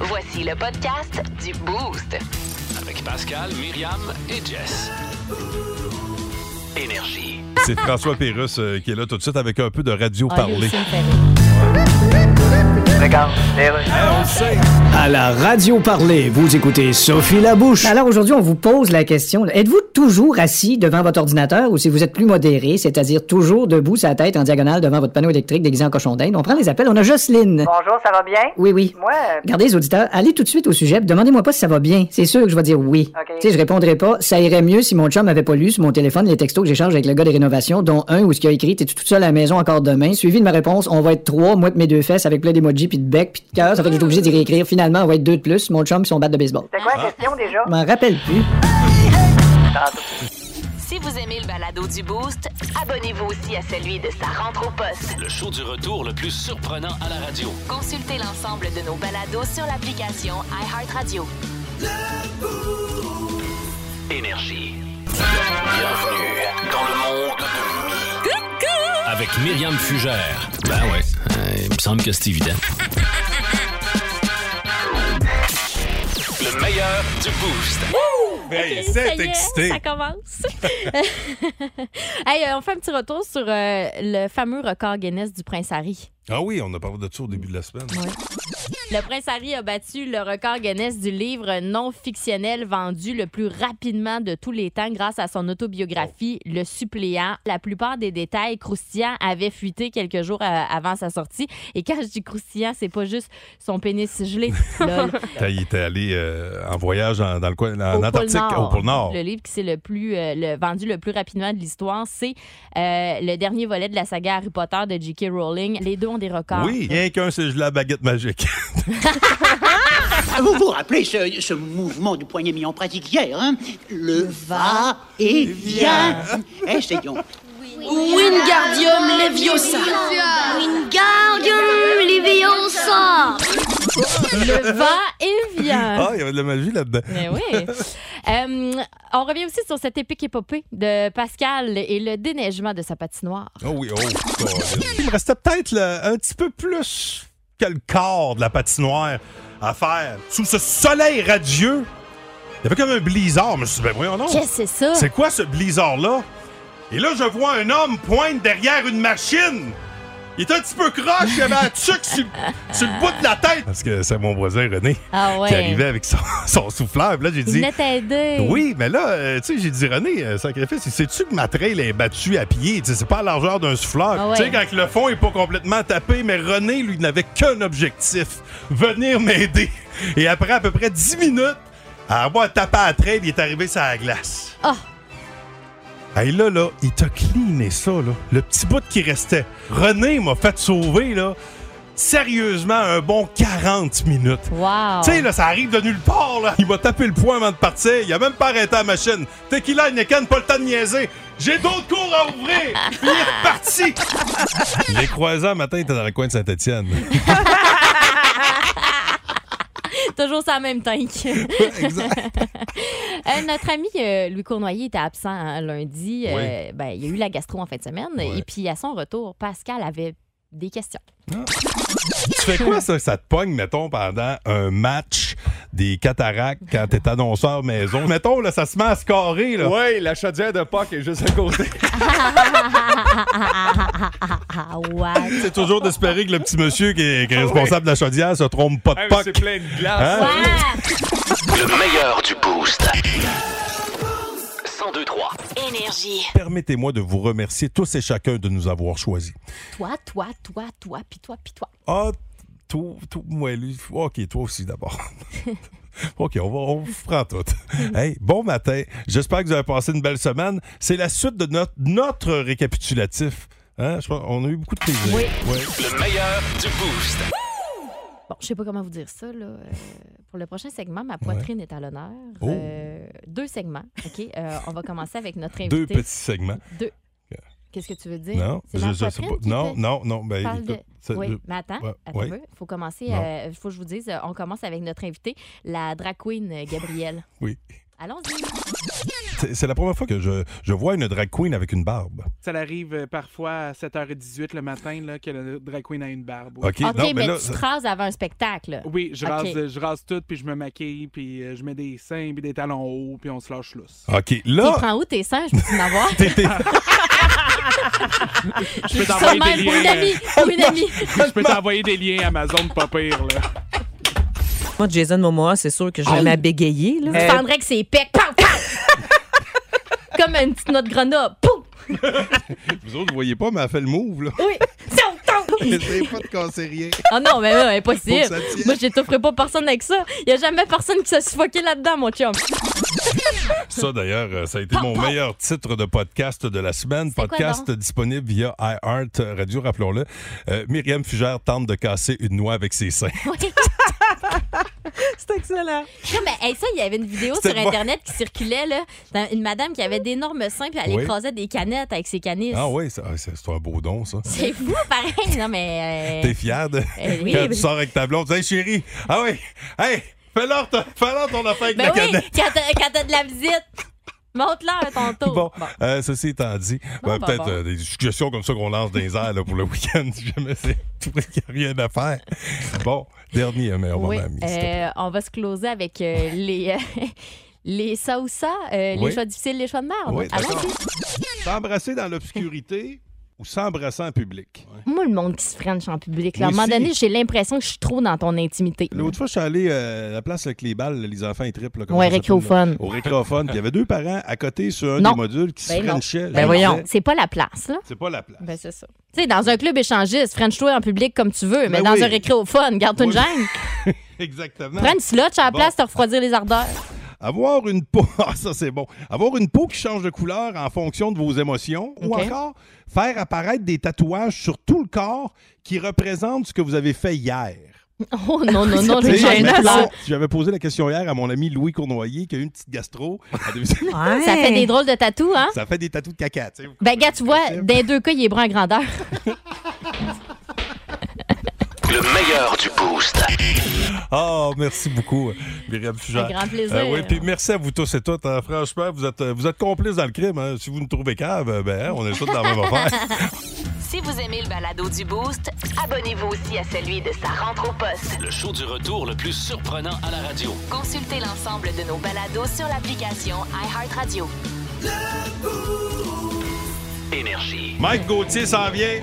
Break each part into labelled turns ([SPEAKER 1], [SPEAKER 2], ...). [SPEAKER 1] Voici le podcast du Boost.
[SPEAKER 2] Avec Pascal, Myriam et Jess. Énergie.
[SPEAKER 3] C'est François Pérus euh, qui est là tout de suite avec un peu de radio
[SPEAKER 4] Ah, lui
[SPEAKER 3] parlée.
[SPEAKER 4] aussi, il me fait rire.
[SPEAKER 5] À la radio parler, vous écoutez Sophie Labouche.
[SPEAKER 6] Bah, Alors aujourd'hui, on vous pose la question. là. Êtes-vous toujours assis devant votre ordinateur ou si vous êtes plus modéré, c'est-à-dire toujours debout, sa tête en diagonale devant votre panneau électrique déguisé en cochon d'Inde? On prend les appels. On a Jocelyne.
[SPEAKER 7] Bonjour, ça va bien?
[SPEAKER 6] Oui, oui.
[SPEAKER 7] Moi, euh,
[SPEAKER 6] Regardez les auditeurs, allez tout de suite au sujet, puis demandez-moi pas si ça va bien. C'est sûr que je vais dire oui.
[SPEAKER 7] OK.
[SPEAKER 6] Tu sais, je répondrai pas. Ça irait mieux si mon chum avait pas lu sur mon téléphone les textos que j'échange avec le gars des rénovations, dont un où ce qu'il a écrit T'es-tu toute seule à la maison encore demain Suivi de ma réponse On va être trois, moi de mes deux fesses avec plein d'emojis puis de bec puis de cœur. Ça fait que je suis obligé d'y réécrire. Finalement, on va être deux de plus, mon chum puis son bat de baseball.
[SPEAKER 7] c'était quoi la question déjà?
[SPEAKER 6] Je m'en rappelle plus.
[SPEAKER 1] Si vous aimez le balado du Boost, abonnez-vous aussi à celui de sa rentre au poste.
[SPEAKER 2] Le show du retour le plus surprenant à la radio.
[SPEAKER 1] Consultez l'ensemble de nos balados sur l'application iHeartRadio.
[SPEAKER 2] Énergie. Bienvenue dans le monde de Mi. Avec Myriam Fugère. Ben ouais, euh, il me semble que c'est évident. Le meilleur du boost.
[SPEAKER 3] Hey,
[SPEAKER 4] Ça y est, Ça commence. Hey, euh, on fait un petit retour sur euh, le fameux record Guinness du Prince Harry.
[SPEAKER 3] Ah oui, on a parlé de ça au début de la semaine.
[SPEAKER 4] Le Prince Harry a battu le record Guinness du livre non fictionnel vendu le plus rapidement de tous les temps grâce à son autobiographie
[SPEAKER 3] Oh.
[SPEAKER 4] Le suppléant. La plupart des détails croustillants avaient fuité quelques jours euh, avant sa sortie. Et quand je dis croustillant, c'est pas juste son pénis gelé. Lol.
[SPEAKER 3] Quand il était allé euh, en voyage en- dans le coin, en
[SPEAKER 4] Au
[SPEAKER 3] Antarctique,
[SPEAKER 4] pôle Nord.
[SPEAKER 3] au pôle Nord.
[SPEAKER 4] Le livre qui s'est le plus euh, le- vendu le plus rapidement de l'histoire, c'est euh, le dernier volet de la saga Harry Potter de J.K. Rowling. Les deux ont des records.
[SPEAKER 3] Oui, rien qu'un, c'est la baguette magique.
[SPEAKER 8] Ah, Vous vous rappelez ce, ce mouvement du poignet mis en pratique hier, hein Le va et vient. Eh, Essayons.
[SPEAKER 9] Wingardium Leviosa. Wingardium Leviosa.
[SPEAKER 4] Le va et vient.
[SPEAKER 3] Hein? Ah, il y avait de la magie là-dedans.
[SPEAKER 4] Mais oui. Euh, on revient aussi sur cette épique épopée de Pascal et le déneigement de sa patinoire.
[SPEAKER 3] Ah oui, oh. God. Il me restait peut-être le- un petit peu plus que le corps de la patinoire à faire. Sous ce soleil radieux, il y avait comme un blizzard. Je me suis dit, ben voyons non.
[SPEAKER 4] Qu'est-ce que c'est ça?
[SPEAKER 3] C'est quoi ce blizzard-là? Et là, je vois un homme pointe derrière une machine. Il était un petit peu croche, il avait un tuc sur, sur le bout de la tête. Parce que c'est mon voisin René
[SPEAKER 4] Ah ouais.
[SPEAKER 3] qui arrivait avec son, son souffleur. Puis là, j'ai
[SPEAKER 4] Il
[SPEAKER 3] dit.
[SPEAKER 4] venait t'aider.
[SPEAKER 3] Oui, mais là, euh, tu sais, j'ai dit, René, euh, sacrifice, sais-tu que ma trail est battue à pied? Tu sais, C'est pas à la largeur d'un souffleur.
[SPEAKER 4] Ah ouais.
[SPEAKER 3] Tu sais, quand le fond est pas complètement tapé, mais René, lui, n'avait qu'un objectif venir m'aider. Et après à peu près 10 minutes, à avoir tapé à la trail, il est arrivé sur la glace.
[SPEAKER 4] Ah.
[SPEAKER 3] Hey, là, là, il t'a cleané ça, là. Le petit bout qui restait. René m'a fait sauver, là, sérieusement, un bon 40 minutes.
[SPEAKER 4] Wow.
[SPEAKER 3] Tu sais, là, ça arrive de nulle part, là. Il m'a tapé le poing avant de partir. Il a même pas arrêté la machine. Tequila, Heineken, pas le temps de niaiser. J'ai d'autres cours à ouvrir. Il est reparti. Les croisants, matin, étaient dans le coin de Saint-Étienne.
[SPEAKER 4] Toujours ça même tank.
[SPEAKER 3] exact.
[SPEAKER 4] Euh, notre ami euh, Louis Cournoyer était absent hein, lundi. Euh, ben, il y a eu la gastro en fin de semaine.
[SPEAKER 3] Ouais.
[SPEAKER 4] Et puis, à son retour, Pascal avait des questions.
[SPEAKER 3] Tu fais quoi, ça? Ça te pogne, mettons, pendant un match des cataractes quand t'es annonceur maison. Mettons, là, ça se met à se carrer, là.
[SPEAKER 10] Oui, la chaudière de Pâques est juste à côté.
[SPEAKER 4] Ah, ouais.
[SPEAKER 3] C'est toujours d'espérer que le petit monsieur qui est, qui est responsable de la chaudière se trompe pas de
[SPEAKER 10] Hey, mais C'est
[SPEAKER 3] poc.
[SPEAKER 10] plein de glace.
[SPEAKER 3] Hein?
[SPEAKER 2] Le meilleur du boost. 1023.
[SPEAKER 1] Énergie.
[SPEAKER 3] Permettez-moi de vous remercier tous et chacun de nous avoir choisis.
[SPEAKER 4] Toi, toi, toi, toi, puis toi, puis toi.
[SPEAKER 3] Ah, toi, toi, moi, lui. OK, toi aussi d'abord. OK, on, va, on vous prend tout. Hey, bon matin. J'espère que vous avez passé une belle semaine. C'est la suite de notre, notre récapitulatif. Hein, je pense- on a eu beaucoup de plaisir.
[SPEAKER 4] Oui.
[SPEAKER 3] Ouais.
[SPEAKER 2] Le meilleur du boost.
[SPEAKER 4] Bon, je sais pas comment vous dire ça. Là. Euh, pour le prochain segment, ma poitrine est à l'honneur.
[SPEAKER 3] Oh.
[SPEAKER 4] Euh, deux segments. OK. Euh, on va commencer avec notre invité.
[SPEAKER 3] Deux petits segments.
[SPEAKER 4] Qu'est-ce que tu veux dire?
[SPEAKER 3] Non,
[SPEAKER 4] C'est ma
[SPEAKER 3] je- je sais
[SPEAKER 4] poitrine
[SPEAKER 3] pas.
[SPEAKER 4] qui
[SPEAKER 3] Non,
[SPEAKER 4] te-
[SPEAKER 3] non, non. Ben,
[SPEAKER 4] parle de-
[SPEAKER 3] écoute, ça-
[SPEAKER 4] Oui,
[SPEAKER 3] je-
[SPEAKER 4] mais attends,
[SPEAKER 3] Ouais,
[SPEAKER 4] attends
[SPEAKER 3] ouais.
[SPEAKER 4] un peu. faut commencer,
[SPEAKER 3] Non.
[SPEAKER 4] euh, faut que je vous dise, euh, on commence avec notre invitée, la drag queen euh, Gabrielle.
[SPEAKER 3] Oui.
[SPEAKER 4] Allons-y.
[SPEAKER 3] C'est c'est la première fois que je, je vois une drag queen avec une barbe.
[SPEAKER 7] Ça arrive euh, parfois à 7h18 le matin là, que le drag queen a une barbe.
[SPEAKER 3] OK,
[SPEAKER 4] OK, mais,
[SPEAKER 3] là,
[SPEAKER 4] tu te rases avant un spectacle.
[SPEAKER 7] Oui, je
[SPEAKER 4] OK.
[SPEAKER 7] rase, euh, je rase tout, puis je me maquille, puis euh, je mets des seins, puis des talons hauts, puis on se lâche lousse.
[SPEAKER 3] OK,
[SPEAKER 4] Tu
[SPEAKER 3] là,
[SPEAKER 4] prends Ah. où tes seins? Je peux m'avoir.
[SPEAKER 3] t'es- t'es-
[SPEAKER 7] Je peux
[SPEAKER 4] Ça
[SPEAKER 7] t'envoyer des
[SPEAKER 4] m'aide pour une
[SPEAKER 7] liens. euh,
[SPEAKER 4] amie. Pour une amie.
[SPEAKER 7] Je peux t'envoyer des liens Amazon, pas pire. Là.
[SPEAKER 11] Moi, Jason Momoa, c'est sûr que je vais m'abégayer.
[SPEAKER 3] Euh,
[SPEAKER 4] Tu prendrais que c'est pec. Pow, pow! Comme une petite note grenade. Pouf!
[SPEAKER 3] vous autres, vous voyez pas, mais elle fait le move, là.
[SPEAKER 4] Oui. Zoom, zoom!
[SPEAKER 3] Essayez pas de casser rien.
[SPEAKER 4] Ah non, mais là, impossible.
[SPEAKER 3] Faut que ça tienne.
[SPEAKER 4] Moi, je t'offrirai pas personne avec ça. Il y a jamais personne qui s'est suffoqué là-dedans, mon chum.
[SPEAKER 3] Ça, d'ailleurs, euh, ça a été mon meilleur titre de podcast de la semaine.
[SPEAKER 4] quoi,
[SPEAKER 3] Podcast disponible via iHeart Radio, rappelons-le. Euh, Myriam Fugère tente de casser une noix avec ses seins.
[SPEAKER 11] C'est excellent.
[SPEAKER 4] Non, mais hey, ça, il y avait une vidéo
[SPEAKER 3] C'était
[SPEAKER 4] sur
[SPEAKER 3] bon.
[SPEAKER 4] Internet qui circulait, là. dans Une madame qui avait d'énormes seins, puis elle
[SPEAKER 3] Oui.
[SPEAKER 4] écrasait des canettes avec ses canisses.
[SPEAKER 3] Ah oui, ça- ah, c'est c'est un beau don, ça.
[SPEAKER 4] C'est fou, pareil. Non, mais. euh,
[SPEAKER 3] T'es fier de...
[SPEAKER 4] Eh oui,
[SPEAKER 3] Quand tu
[SPEAKER 4] mais-
[SPEAKER 3] sors avec ta blonde, tu dis, hey, chérie, ah oui, hey, fais-leur ton, fais-leur ton affaire avec
[SPEAKER 4] Ben
[SPEAKER 3] la
[SPEAKER 4] oui,
[SPEAKER 3] canette.
[SPEAKER 4] quand t'as- quand t'as de la visite, montre-la à ton tour.
[SPEAKER 3] Bon, euh, ceci étant dit,
[SPEAKER 4] Bon,
[SPEAKER 3] ben,
[SPEAKER 4] bon,
[SPEAKER 3] peut-être
[SPEAKER 4] bon.
[SPEAKER 3] euh, des suggestions comme ça qu'on lance dans les airs là, pour le week-end, si jamais c'est tout qu'il n'y a rien à faire. Bon, dernier euh, meilleur
[SPEAKER 4] Oui,
[SPEAKER 3] moment, ami, s'il te plaît.
[SPEAKER 4] euh, on va se closer avec euh, les. euh, Les ça ou ça, euh,
[SPEAKER 3] Oui.
[SPEAKER 4] les choix difficiles, les choix de merde.
[SPEAKER 3] Oui, d'accord.
[SPEAKER 4] Allons-y.
[SPEAKER 3] S'embrasser dans l'obscurité ou s'embrasser en public.
[SPEAKER 4] Moi, le monde qui se french en public, là, à un
[SPEAKER 3] Moi
[SPEAKER 4] moment
[SPEAKER 3] aussi.
[SPEAKER 4] donné, j'ai l'impression que je suis trop dans ton intimité.
[SPEAKER 3] L'autre fois, je suis allé euh, à la place avec les balles, les enfants, ils triplent. là, comment
[SPEAKER 4] Ouais,
[SPEAKER 3] ça s'appelle, là?
[SPEAKER 4] récréophone.
[SPEAKER 3] Au récréophone. Puis il y avait deux parents à côté sur un
[SPEAKER 4] Non.
[SPEAKER 3] des modules qui
[SPEAKER 4] Ben
[SPEAKER 3] se
[SPEAKER 4] non.
[SPEAKER 3] frenchaient.
[SPEAKER 11] Ben
[SPEAKER 3] Je
[SPEAKER 11] voyons.
[SPEAKER 3] disais,
[SPEAKER 4] C'est pas la place, là.
[SPEAKER 3] C'est pas la place.
[SPEAKER 4] Ben, c'est ça. Tu sais, dans un club échangiste, French-toi en public comme tu veux, mais
[SPEAKER 3] Ben
[SPEAKER 4] dans
[SPEAKER 3] oui.
[SPEAKER 4] un récréophone, garde-toi une
[SPEAKER 3] Oui.
[SPEAKER 4] gêne.
[SPEAKER 3] Exactement.
[SPEAKER 4] Prends une slotch à la
[SPEAKER 3] Bon.
[SPEAKER 4] place, te refroidir les ardeurs.
[SPEAKER 3] Avoir une peau, Ah, ça c'est bon. Avoir une peau qui change de couleur en fonction de vos émotions, ou
[SPEAKER 4] Ok.
[SPEAKER 3] encore faire apparaître des tatouages sur tout le corps qui représentent ce que vous avez fait hier.
[SPEAKER 4] Oh non, non, non,
[SPEAKER 3] Tu
[SPEAKER 4] j'ai
[SPEAKER 3] sais,
[SPEAKER 4] changé de
[SPEAKER 3] mettons,
[SPEAKER 4] couleur.
[SPEAKER 3] J'avais posé la question hier à mon ami Louis Cournoyer qui a eu une petite gastro. Elle devait-
[SPEAKER 4] Ça fait des drôles de tatous, Ah. hein?
[SPEAKER 3] ça fait des tatous de caca. tu sais.
[SPEAKER 4] Ben, gars, tu vois, dans les deux cas, il est brun à grandeur.
[SPEAKER 2] Le meilleur du boost.
[SPEAKER 3] Oh, merci beaucoup, Myriam Fugère.
[SPEAKER 4] Un grand plaisir.
[SPEAKER 3] Euh, oui, puis merci à vous tous et toutes. hein. Franchement, vous êtes, euh, vous êtes complices dans le crime. hein. Si vous nous trouvez cave, euh, ben, hein, on est tous dans la même affaire.
[SPEAKER 1] Si vous aimez le balado du Boost, abonnez-vous aussi à celui de sa rentre au poste.
[SPEAKER 2] Le show du retour le plus surprenant à la radio.
[SPEAKER 1] Consultez l'ensemble de nos balados sur l'application iHeartRadio.
[SPEAKER 2] Énergie.
[SPEAKER 3] Mike Gauthier s'en vient.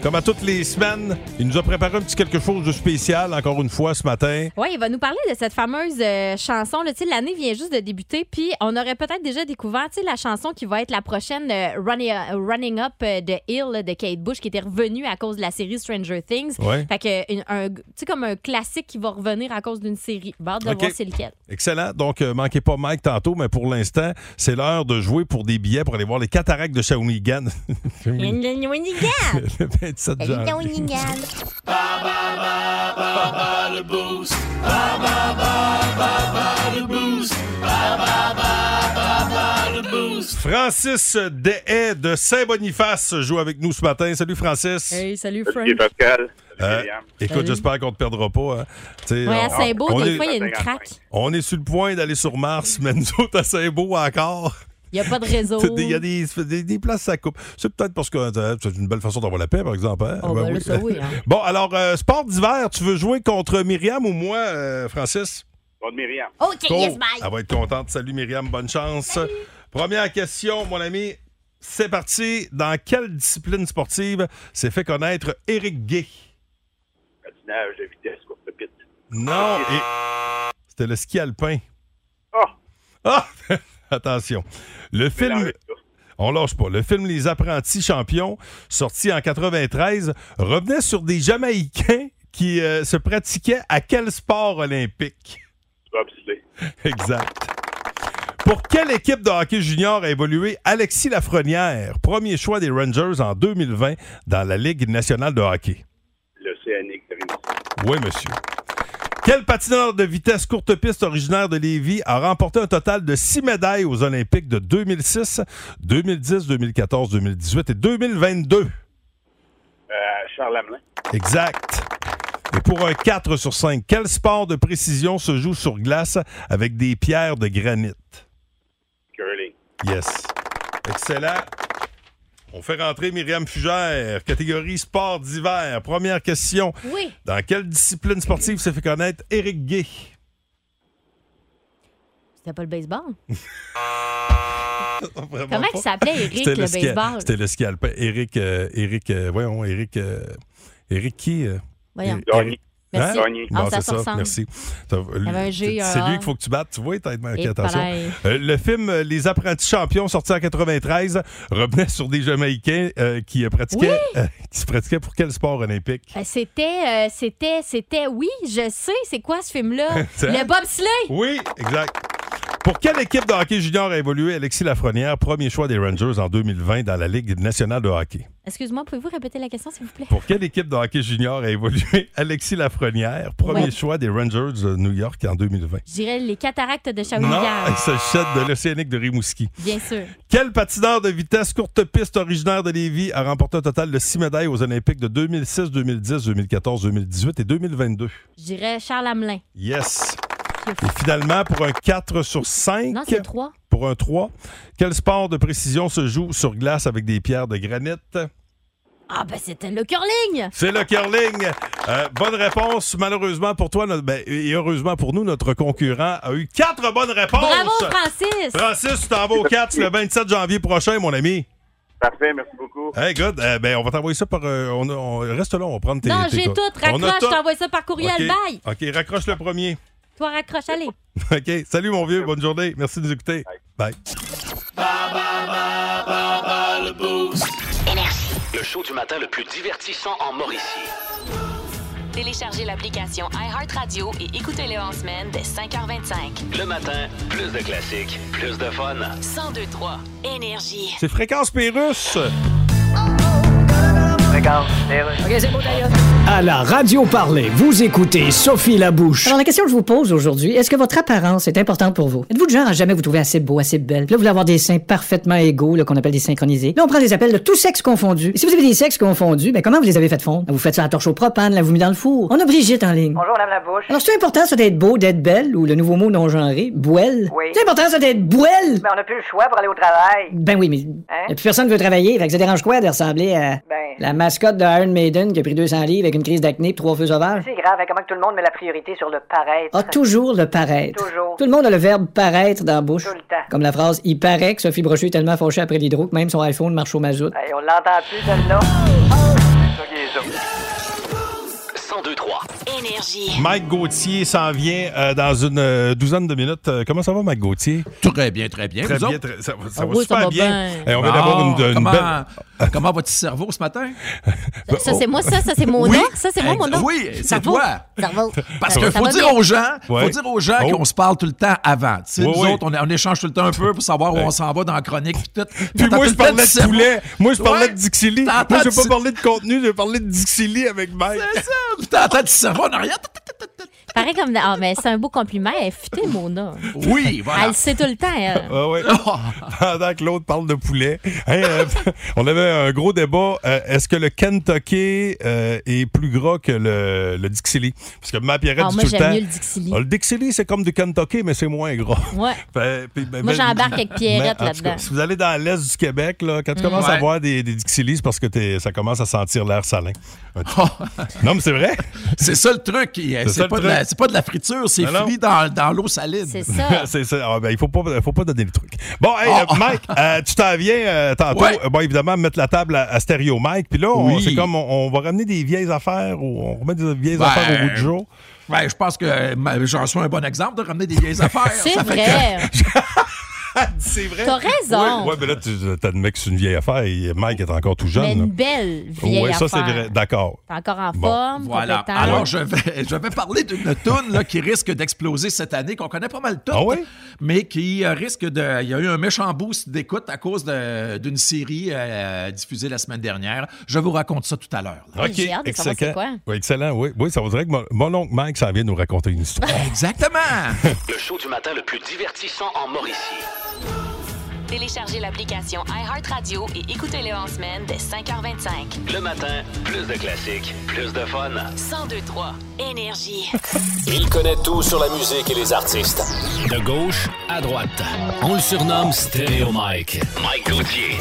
[SPEAKER 3] Comme à toutes les semaines, il nous a préparé un petit quelque chose de spécial, encore une fois, ce matin.
[SPEAKER 4] Oui, il va nous parler de cette fameuse euh, chanson. Là, Tu sais, l'année vient juste de débuter, puis on aurait peut-être déjà découvert tu sais, la chanson qui va être la prochaine euh, Running, euh, Running Up euh, de Hill là, de Kate Bush, qui était revenue à cause de la série Stranger Things.
[SPEAKER 3] Ouais.
[SPEAKER 4] Fait que, une- un, tu sais, comme un classique qui va revenir à cause d'une série. J'ai hâte de
[SPEAKER 3] Ok.
[SPEAKER 4] voir c'est lequel.
[SPEAKER 3] Excellent. Donc, euh, manquez pas Mike tantôt, mais pour l'instant, c'est l'heure de jouer pour des billets pour aller voir les cataractes de Shawinigan. le 27 janvier. Francis Dehaye de Saint-Boniface joue avec nous ce matin. Salut, Francis.
[SPEAKER 4] Hey, salut, Frank.
[SPEAKER 12] Pascal.
[SPEAKER 3] Euh,
[SPEAKER 4] Salut.
[SPEAKER 3] écoute, j'espère qu'on te perdra pas. hein. Tu sais,
[SPEAKER 4] Ouais, à
[SPEAKER 3] on-
[SPEAKER 4] Saint-Beau,
[SPEAKER 3] on
[SPEAKER 4] des
[SPEAKER 3] est-
[SPEAKER 4] fois, il y a une craque.
[SPEAKER 3] On est sur le point d'aller sur Mars, mais nous autres à Saint-Beau encore.
[SPEAKER 4] Il n'y a pas de réseau.
[SPEAKER 3] Il y a des, des- des places à coupe. C'est peut-être parce que euh, c'est une belle façon d'avoir la paix, par exemple. hein?
[SPEAKER 4] Oh,
[SPEAKER 3] Ben
[SPEAKER 4] ben là,
[SPEAKER 3] oui.
[SPEAKER 4] ça, oui, hein.
[SPEAKER 3] Bon, alors, euh, sport d'hiver, tu veux jouer contre Myriam ou moi, euh, Francis?
[SPEAKER 12] Bonne Myriam.
[SPEAKER 4] OK, yes,
[SPEAKER 3] Go.
[SPEAKER 4] bye.
[SPEAKER 3] Elle va être contente. Salut Myriam, bonne chance. Première question, mon ami. C'est parti. Dans quelle discipline sportive s'est fait connaître Eric Gay?
[SPEAKER 12] Patinage de vitesse, course de pit.
[SPEAKER 3] Non. et- C'était le ski alpin.
[SPEAKER 12] Ah!
[SPEAKER 3] Ah! Attention. Le film. On lâche pas. Le film Les Apprentis Champions, sorti en 93, revenait sur des Jamaïcains qui euh, se pratiquaient à quel sport olympique?
[SPEAKER 12] Bobsleigh.
[SPEAKER 3] Exact. Pour quelle équipe de hockey junior a évolué Alexis Lafrenière, premier choix des Rangers en 2020 dans la Ligue nationale de hockey?
[SPEAKER 12] L'Océanique de Rimouski.
[SPEAKER 3] Oui, monsieur. Quel patineur de vitesse courte piste originaire de Lévis a remporté un total de six médailles aux Olympiques de 2006, 2010, 2014, 2018 et 2022?
[SPEAKER 12] Euh, Charles Hamelin.
[SPEAKER 3] Exact. Et pour un 4 sur 5. Quel sport de précision se joue sur glace avec des pierres de granit?
[SPEAKER 12] Curling.
[SPEAKER 3] Yes. Excellent. On fait rentrer Myriam Fugère, catégorie sport d'hiver. Première question.
[SPEAKER 4] Oui.
[SPEAKER 3] Dans quelle discipline sportive s'est fait connaître Eric Gay?
[SPEAKER 4] C'était pas le baseball?
[SPEAKER 3] Vraiment
[SPEAKER 4] Comment
[SPEAKER 3] pas.
[SPEAKER 4] il s'appelait, Eric,
[SPEAKER 3] C'était
[SPEAKER 4] le
[SPEAKER 3] ski-
[SPEAKER 4] baseball?
[SPEAKER 3] C'était le ski alpin. Eric, euh, Eric, euh, voyons, Eric, euh, Eric qui? euh,
[SPEAKER 4] Voyons.
[SPEAKER 3] Eric-
[SPEAKER 4] Gagné. Merci.
[SPEAKER 3] Hein?
[SPEAKER 4] Gagné.
[SPEAKER 3] Bon,
[SPEAKER 4] Ah, ça
[SPEAKER 3] c'est
[SPEAKER 4] se
[SPEAKER 3] ça,
[SPEAKER 4] ressemble.
[SPEAKER 3] merci. Ça, lui-
[SPEAKER 4] avait un G,
[SPEAKER 3] C'est
[SPEAKER 4] un
[SPEAKER 3] lui
[SPEAKER 4] A.
[SPEAKER 3] qu'il faut que tu battes, tu vois, t'as
[SPEAKER 4] Et
[SPEAKER 3] attention.
[SPEAKER 4] pareil.
[SPEAKER 3] Euh, le film euh, Les apprentis champions, sorti en 93, revenait sur des Jamaïcains euh, qui, euh, pratiquaient, euh, qui se pratiquaient pour quel sport olympique?
[SPEAKER 4] Euh, C'était, euh, c'était, c'était, oui, je sais, c'est quoi ce film-là?
[SPEAKER 3] C'est-
[SPEAKER 4] le bobsleigh!
[SPEAKER 3] Oui, exact. Pour quelle équipe de hockey junior a évolué Alexis Lafrenière, premier choix des Rangers en 2020 dans la Ligue nationale de hockey?
[SPEAKER 4] Excuse-moi, pouvez-vous répéter la question, s'il vous plaît?
[SPEAKER 3] Pour quelle équipe de hockey junior a évolué Alexis Lafrenière, premier
[SPEAKER 4] Ouais.
[SPEAKER 3] choix des Rangers de New York en 2020?
[SPEAKER 4] Je dirais les cataractes de
[SPEAKER 3] Non,
[SPEAKER 4] Shawinigan.
[SPEAKER 3] il s'agissait de l'Océanique de Rimouski.
[SPEAKER 4] Bien sûr.
[SPEAKER 3] Quel patineur de vitesse courte piste originaire de Lévis a remporté un total de six médailles aux Olympiques de 2006, 2010, 2014, 2018 et 2022?
[SPEAKER 4] Je dirais Charles Hamelin.
[SPEAKER 3] Yes. Et finalement, pour un 4 sur 5.
[SPEAKER 4] Non, c'est trois.
[SPEAKER 3] Pour un 3. Quel sport de précision se joue sur glace avec des pierres de granit?
[SPEAKER 4] Ah, ben c'était le curling!
[SPEAKER 3] C'est le curling. Euh, bonne réponse. Malheureusement pour toi, notre- ben, et heureusement pour nous, notre concurrent a eu 4 bonnes réponses.
[SPEAKER 4] Bravo, Francis!
[SPEAKER 3] Francis, tu t'en vas au 4 le 27 janvier prochain, mon ami.
[SPEAKER 12] Parfait, merci beaucoup.
[SPEAKER 3] Hey, good. Euh, ben, on va t'envoyer ça par. euh, on, a- on- reste là, on va prendre tes.
[SPEAKER 4] Non,
[SPEAKER 3] tes-
[SPEAKER 4] j'ai
[SPEAKER 3] tes-
[SPEAKER 4] tout.
[SPEAKER 3] On a
[SPEAKER 4] Raccroche,
[SPEAKER 3] tout.
[SPEAKER 4] je t'envoie ça par courriel.
[SPEAKER 3] OK.
[SPEAKER 4] Bye!
[SPEAKER 3] OK, raccroche le premier.
[SPEAKER 4] Toi, raccroche, allez.
[SPEAKER 3] OK. Salut, mon vieux. Bonne journée. Merci de nous écouter. Bye.
[SPEAKER 2] Le show du matin le plus divertissant en Mauricie.
[SPEAKER 1] Téléchargez l'application iHeartRadio et écoutez-le en semaine dès 5h25.
[SPEAKER 2] Le matin, plus de classiques, plus de fun.
[SPEAKER 1] 1023 Énergie.
[SPEAKER 3] C'est Fréquence Pérusse.
[SPEAKER 5] À la radio parler, vous écoutez Sophie
[SPEAKER 13] Ah.
[SPEAKER 5] Labouche.
[SPEAKER 6] Alors, la question que je vous pose aujourd'hui, est-ce que votre apparence est importante pour vous? Êtes-vous du genre à jamais vous trouver assez beau, assez belle? Puis Là, vous voulez avoir des seins parfaitement égaux, là, qu'on appelle des synchronisés. Là, on prend des appels de tous sexes confondus. Et si vous avez des sexes confondus, ben, comment vous les avez fait fondre? Ben, vous faites ça à la torche au propane, là, vous mis dans le four. On a Brigitte en ligne.
[SPEAKER 14] Bonjour, Madame Labouche.
[SPEAKER 6] Alors, c'est important, ça, d'être beau, d'être belle, ou le nouveau mot non-genré, bouelle?
[SPEAKER 14] Oui.
[SPEAKER 6] C'est important, ça, d'être bouelle?
[SPEAKER 14] Mais on n'a plus le choix pour aller au travail.
[SPEAKER 6] Ben oui, mais
[SPEAKER 14] Hein?
[SPEAKER 6] y a plus personne qui veut travailler, fait que ça dérange quoi de ressembler à
[SPEAKER 14] Ben.
[SPEAKER 6] la mascotte de Iron Maiden qui a pris 200 livres avec une crise d'acné et trois feux sauvages?
[SPEAKER 14] C'est grave, hein, comment que tout le monde met la priorité sur le paraître.
[SPEAKER 6] Ah, toujours le paraître.
[SPEAKER 14] Toujours.
[SPEAKER 6] Tout le monde a le verbe paraître dans la bouche.
[SPEAKER 14] Tout le temps.
[SPEAKER 6] Comme la phrase Il paraît que Sophie Brochu est tellement fauchée après l'hydro que même son iPhone marche au mazout.
[SPEAKER 14] Hey, on l'entend plus, celle-là.
[SPEAKER 2] 1023
[SPEAKER 1] Énergie.
[SPEAKER 3] Mike Gauthier s'en vient euh, dans une euh, douzaine de minutes. Euh, comment ça va, Mike Gauthier?
[SPEAKER 13] Très bien, très bien.
[SPEAKER 3] Très
[SPEAKER 13] vous
[SPEAKER 3] bien,
[SPEAKER 13] autres?
[SPEAKER 3] très- ça va- ça Ah va oui, super ça va bien. bien. Eh, on vient d'avoir une- une
[SPEAKER 13] comment,
[SPEAKER 3] belle-
[SPEAKER 13] comment va ton cerveau ce matin?
[SPEAKER 4] Ça, c'est moi, ça, ça, c'est mon
[SPEAKER 13] Oui.
[SPEAKER 4] nom. Ça, c'est moi, mon nom.
[SPEAKER 13] Oui, c'est
[SPEAKER 4] Cerveau.
[SPEAKER 13] toi.
[SPEAKER 4] Cerveau.
[SPEAKER 13] Parce
[SPEAKER 4] Ça-
[SPEAKER 13] qu'il
[SPEAKER 4] ça
[SPEAKER 13] faut
[SPEAKER 4] va
[SPEAKER 13] dire
[SPEAKER 4] bien.
[SPEAKER 13] aux gens,
[SPEAKER 3] Ouais.
[SPEAKER 13] faut dire aux gens
[SPEAKER 3] Oh.
[SPEAKER 13] qu'on se parle tout le temps avant. Tu sais,
[SPEAKER 3] Oui,
[SPEAKER 13] nous
[SPEAKER 3] oui.
[SPEAKER 13] autres, on, on échange tout le temps un peu pour savoir où on s'en va dans la chronique puis tout.
[SPEAKER 3] Puis
[SPEAKER 13] T'entends
[SPEAKER 3] moi,
[SPEAKER 13] tout
[SPEAKER 3] je
[SPEAKER 13] le temps
[SPEAKER 3] parlais
[SPEAKER 13] du
[SPEAKER 3] de
[SPEAKER 13] cerveau.
[SPEAKER 3] poulet. Moi, je parlais
[SPEAKER 13] Ouais.
[SPEAKER 3] de Dixili. Moi,
[SPEAKER 13] T'entends du-
[SPEAKER 3] je vais pas parler de contenu, je vais parler de Dixili avec Mike.
[SPEAKER 13] C'est ça. Puis T'entends du cerveau en arrière.
[SPEAKER 4] Pareil comme. Ah, mais c'est un beau compliment. Elle est futée, Mona.
[SPEAKER 13] Oui, voilà.
[SPEAKER 4] Elle le sait tout le temps, elle.
[SPEAKER 3] Ah ouais. Pendant que l'autre parle de poulet. Hey, euh, on avait un gros débat. Euh, Est-ce que le Kentucky euh, est plus gras que le, le Dixili? Parce que ma Pierrette
[SPEAKER 4] Ah,
[SPEAKER 3] dit
[SPEAKER 4] moi,
[SPEAKER 3] tout le
[SPEAKER 4] j'aime
[SPEAKER 3] temps.
[SPEAKER 4] mieux le Dixili.
[SPEAKER 3] Ah, le Dixili, c'est comme du Kentucky, mais c'est moins gras.
[SPEAKER 4] Ouais.
[SPEAKER 3] Fait- puis- ben,
[SPEAKER 4] Moi,
[SPEAKER 3] ben,
[SPEAKER 4] j'embarque avec Pierrette
[SPEAKER 3] mais, en tout cas,
[SPEAKER 4] là-dedans.
[SPEAKER 3] Si vous allez dans l'est du Québec, là, quand tu
[SPEAKER 4] Mm.
[SPEAKER 3] commences à
[SPEAKER 4] Ouais.
[SPEAKER 3] voir des, des Dixili, c'est parce que t'es- ça commence à sentir l'air salin. Un petit peu. non, mais c'est vrai.
[SPEAKER 13] C'est ça le truc. C'est
[SPEAKER 3] ça le
[SPEAKER 13] pas de
[SPEAKER 3] truc.
[SPEAKER 13] la- c'est pas de la friture, c'est
[SPEAKER 3] Non, non.
[SPEAKER 13] frit dans, dans l'eau salide.
[SPEAKER 4] C'est
[SPEAKER 3] C'est ça. Ah, ben, il faut pas, faut pas donner le truc. Bon, hey,
[SPEAKER 4] Ah.
[SPEAKER 3] euh, Mike, euh, tu t'en viens euh, tantôt.
[SPEAKER 13] Ouais.
[SPEAKER 3] Euh, Bon, évidemment, mettre la table à, à stéréo Mike. Puis là, on-
[SPEAKER 13] Oui.
[SPEAKER 3] c'est comme on, on va ramener des vieilles affaires ou on remet des vieilles affaires au bout du jour.
[SPEAKER 13] Ben, je pense que euh, ma- j'en suis un bon exemple de ramener des vieilles affaires.
[SPEAKER 4] C'est
[SPEAKER 13] Ça fait
[SPEAKER 4] vrai.
[SPEAKER 3] c'est vrai.
[SPEAKER 4] T'as raison.
[SPEAKER 3] Ouais, mais là, tu admets que c'est une vieille affaire et Mike est encore tout
[SPEAKER 4] Mais
[SPEAKER 3] jeune.
[SPEAKER 4] une belle vieille
[SPEAKER 3] Oui, ça,
[SPEAKER 4] affaire.
[SPEAKER 3] c'est vrai. D'accord.
[SPEAKER 4] T'es encore en
[SPEAKER 3] Bon,
[SPEAKER 4] forme,
[SPEAKER 13] Voilà.
[SPEAKER 4] compétent.
[SPEAKER 13] Alors, je vais, je vais parler d'une toune là, qui risque d'exploser cette année, qu'on connaît pas mal toutes,
[SPEAKER 3] Ah
[SPEAKER 13] mais qui euh, risque de... Il y a eu un méchant boost d'écoute à cause de- d'une série euh, diffusée la semaine dernière. Je vous raconte ça tout à l'heure. là.
[SPEAKER 3] OK, excellent. Oui, excellent, oui. Oui, ça voudrait que mon, mon oncle Mike s'en vient nous raconter une histoire.
[SPEAKER 13] Exactement.
[SPEAKER 2] Le show du matin le plus divertissant en Mauricie.
[SPEAKER 1] Téléchargez l'application iHeartRadio et écoutez-le en semaine dès 5h25.
[SPEAKER 2] Le matin, plus de classiques, plus de fun.
[SPEAKER 1] 1023 Énergie.
[SPEAKER 2] Il connaît tout sur la musique et les artistes. De gauche à droite. On le surnomme Stéréo Mike. Mike Gauthier.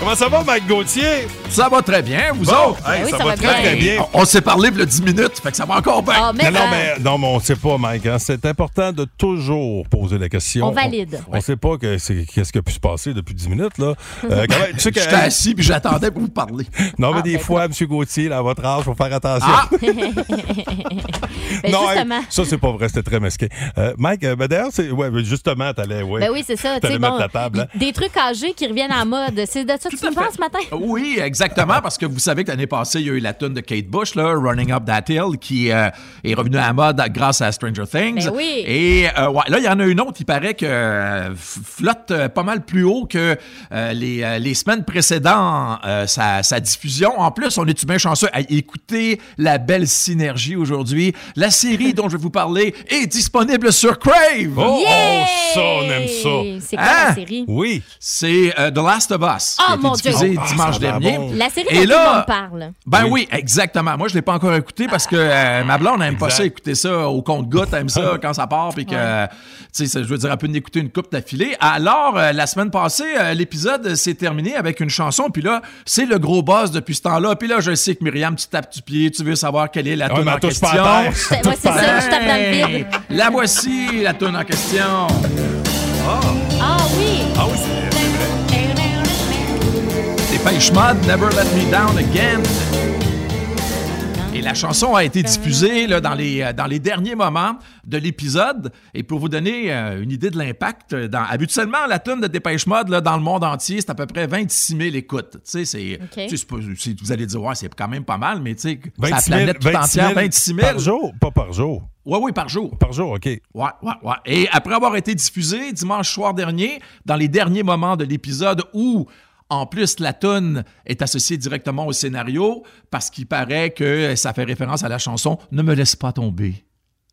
[SPEAKER 3] Comment ça va, Mike Gauthier?
[SPEAKER 13] Ça va très bien, vous
[SPEAKER 3] Bon,
[SPEAKER 13] autres?
[SPEAKER 3] hey, Ben oui, ça ça va va très, bien. très bien.
[SPEAKER 13] On, on s'est parlé le 10 minutes, fait que ça va encore bien.
[SPEAKER 4] Ah, mais
[SPEAKER 3] non, non, mais, non, mais on ne sait pas, Mike. hein. C'est important de toujours poser la question.
[SPEAKER 4] On valide.
[SPEAKER 3] On ne sait pas que c'est- qu'est-ce qui a pu se passer depuis 10 minutes. là. Euh, quand même, tu sais que-
[SPEAKER 13] J'étais assis puis j'attendais pour vous parler.
[SPEAKER 3] Non,
[SPEAKER 4] Ah,
[SPEAKER 3] mais des fois, M. Gauthier, là, à votre âge, faut faire attention.
[SPEAKER 4] Ben,
[SPEAKER 3] non, hey,
[SPEAKER 4] Ah! justement.
[SPEAKER 3] ça, c'est pas vrai. C'était très masqué. Euh, Mike, euh, ben, d'ailleurs, c'est- ouais, ben, justement, t'allais. Ouais,
[SPEAKER 4] Ben oui, c'est ça. tu
[SPEAKER 3] T'allais
[SPEAKER 4] sais,
[SPEAKER 3] mettre
[SPEAKER 4] bon,
[SPEAKER 3] la table. hein.
[SPEAKER 4] Des trucs âgés qui reviennent en mode. C'est de ça que tu me parles ce matin?
[SPEAKER 3] Oh,
[SPEAKER 13] Oui, exactement, parce que vous savez que l'année passée, il y a eu la tune de Kate Bush, là, Running Up That Hill, qui euh, est revenue à la mode grâce à Stranger Things.
[SPEAKER 15] Ben oui.
[SPEAKER 13] Et euh, ouais, là, il y en a une autre, il paraît que euh, f- flotte euh, pas mal plus haut que euh, les, euh, les semaines précédentes euh, sa, sa diffusion. En plus, on est bien chanceux à écouter la belle synergie aujourd'hui. La série dont je vais vous parler est disponible sur Crave.
[SPEAKER 3] Oh, oh, ça, on aime ça.
[SPEAKER 4] C'est quoi la
[SPEAKER 13] Hein?
[SPEAKER 4] série?
[SPEAKER 3] Oui.
[SPEAKER 13] C'est euh, The Last of Us. qui
[SPEAKER 4] Oh
[SPEAKER 13] a été
[SPEAKER 4] mon Dieu!
[SPEAKER 13] diffusée dimanche dernier.
[SPEAKER 4] La série dont
[SPEAKER 13] Et
[SPEAKER 4] tout le monde
[SPEAKER 13] là,
[SPEAKER 4] parle.
[SPEAKER 13] ben oui. exactement. Moi, je l'ai pas encore écouté parce que euh, ma blonde n'aime pas ça écouter ça au compte-goutte, aime ça quand ça part, puis que, euh, tu sais, ça- je veux dire, elle peut en écouter une coupe d'affilée. Alors, euh, la semaine passée, euh, l'épisode s'est terminé avec une chanson, puis là, c'est le gros boss depuis ce temps-là. Puis là, je sais que Myriam, tu tapes du pied, tu veux savoir quelle est la
[SPEAKER 3] Ah Ouais,
[SPEAKER 13] tune
[SPEAKER 3] mais
[SPEAKER 13] en
[SPEAKER 3] elle touche pas à
[SPEAKER 13] question.
[SPEAKER 3] terre. C'est-
[SPEAKER 4] ouais, c'est ça, je tape dans le vide.
[SPEAKER 13] Hey, La voici, la tune en question.
[SPEAKER 4] Ah oui!
[SPEAKER 13] Ah oui, c'est Dépêche Mode, Never Let Me Down Again. Et la chanson a été diffusée là, dans, les, euh, dans les derniers moments de l'épisode. Et pour vous donner euh, une idée de l'impact, euh, dans, habituellement, la tune de Dépêche Mode là, dans le monde entier, c'est à peu près 26 000 écoutes. Tu sais, c'est,
[SPEAKER 3] Ok.
[SPEAKER 13] tu sais, c'est pas- c'est- vous allez dire, ouais, c'est quand même pas mal, mais tu sais, la
[SPEAKER 3] 26 000,
[SPEAKER 13] planète tout
[SPEAKER 3] 26
[SPEAKER 13] entière,
[SPEAKER 3] 000
[SPEAKER 13] 26 000.
[SPEAKER 3] Par jour? Pas par jour.
[SPEAKER 13] Oui, oui, par jour.
[SPEAKER 3] Par jour, OK.
[SPEAKER 13] Ouais, ouais, ouais. Et après avoir été diffusé dimanche soir dernier, dans les derniers moments de l'épisode où, en plus, la tonne est associée directement au scénario, parce qu'il paraît que ça fait référence à la chanson Ne me laisse pas tomber.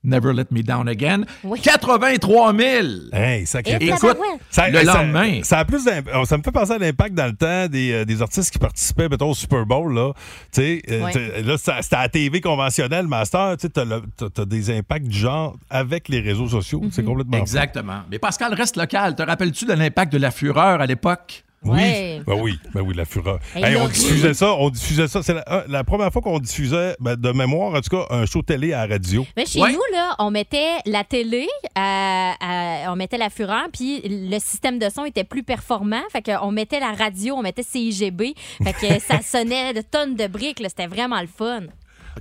[SPEAKER 13] Never Let Me Down Again. 83 000!
[SPEAKER 3] Hey, sacré
[SPEAKER 13] Et
[SPEAKER 3] fête.
[SPEAKER 13] écoute,
[SPEAKER 3] Eh, ça,
[SPEAKER 13] le
[SPEAKER 3] ça-
[SPEAKER 13] lendemain,
[SPEAKER 3] Ça, a plus d'imp- oh, ça me fait penser à l'impact dans le temps des, euh, des artistes qui participaient, mettons, au Super Bowl. Là, Tu sais, euh,
[SPEAKER 13] Ouais.
[SPEAKER 3] tu- là ça- c'était à la TV conventionnelle, Master. Tu as, des impacts du genre avec les réseaux sociaux. C'est complètement fou.
[SPEAKER 13] Exactement. Mais Pascal, reste local. Te rappelles-tu de l'impact de la fureur à l'époque?
[SPEAKER 3] Oui. Ben oui, ben oui, la fureur.
[SPEAKER 13] Hey,
[SPEAKER 3] Hey, on
[SPEAKER 13] Laurie.
[SPEAKER 3] diffusait ça, on diffusait ça. C'est la, euh, la première fois qu'on diffusait, ben, de mémoire, en tout cas, un show télé à la radio.
[SPEAKER 4] Mais chez nous, là, on mettait la télé, à- à- on mettait la fureur, puis le système de son était plus performant. Fait que on mettait la radio, on mettait CIGB. Fait que ça sonnait de tonnes de briques. là, C'était vraiment le fun.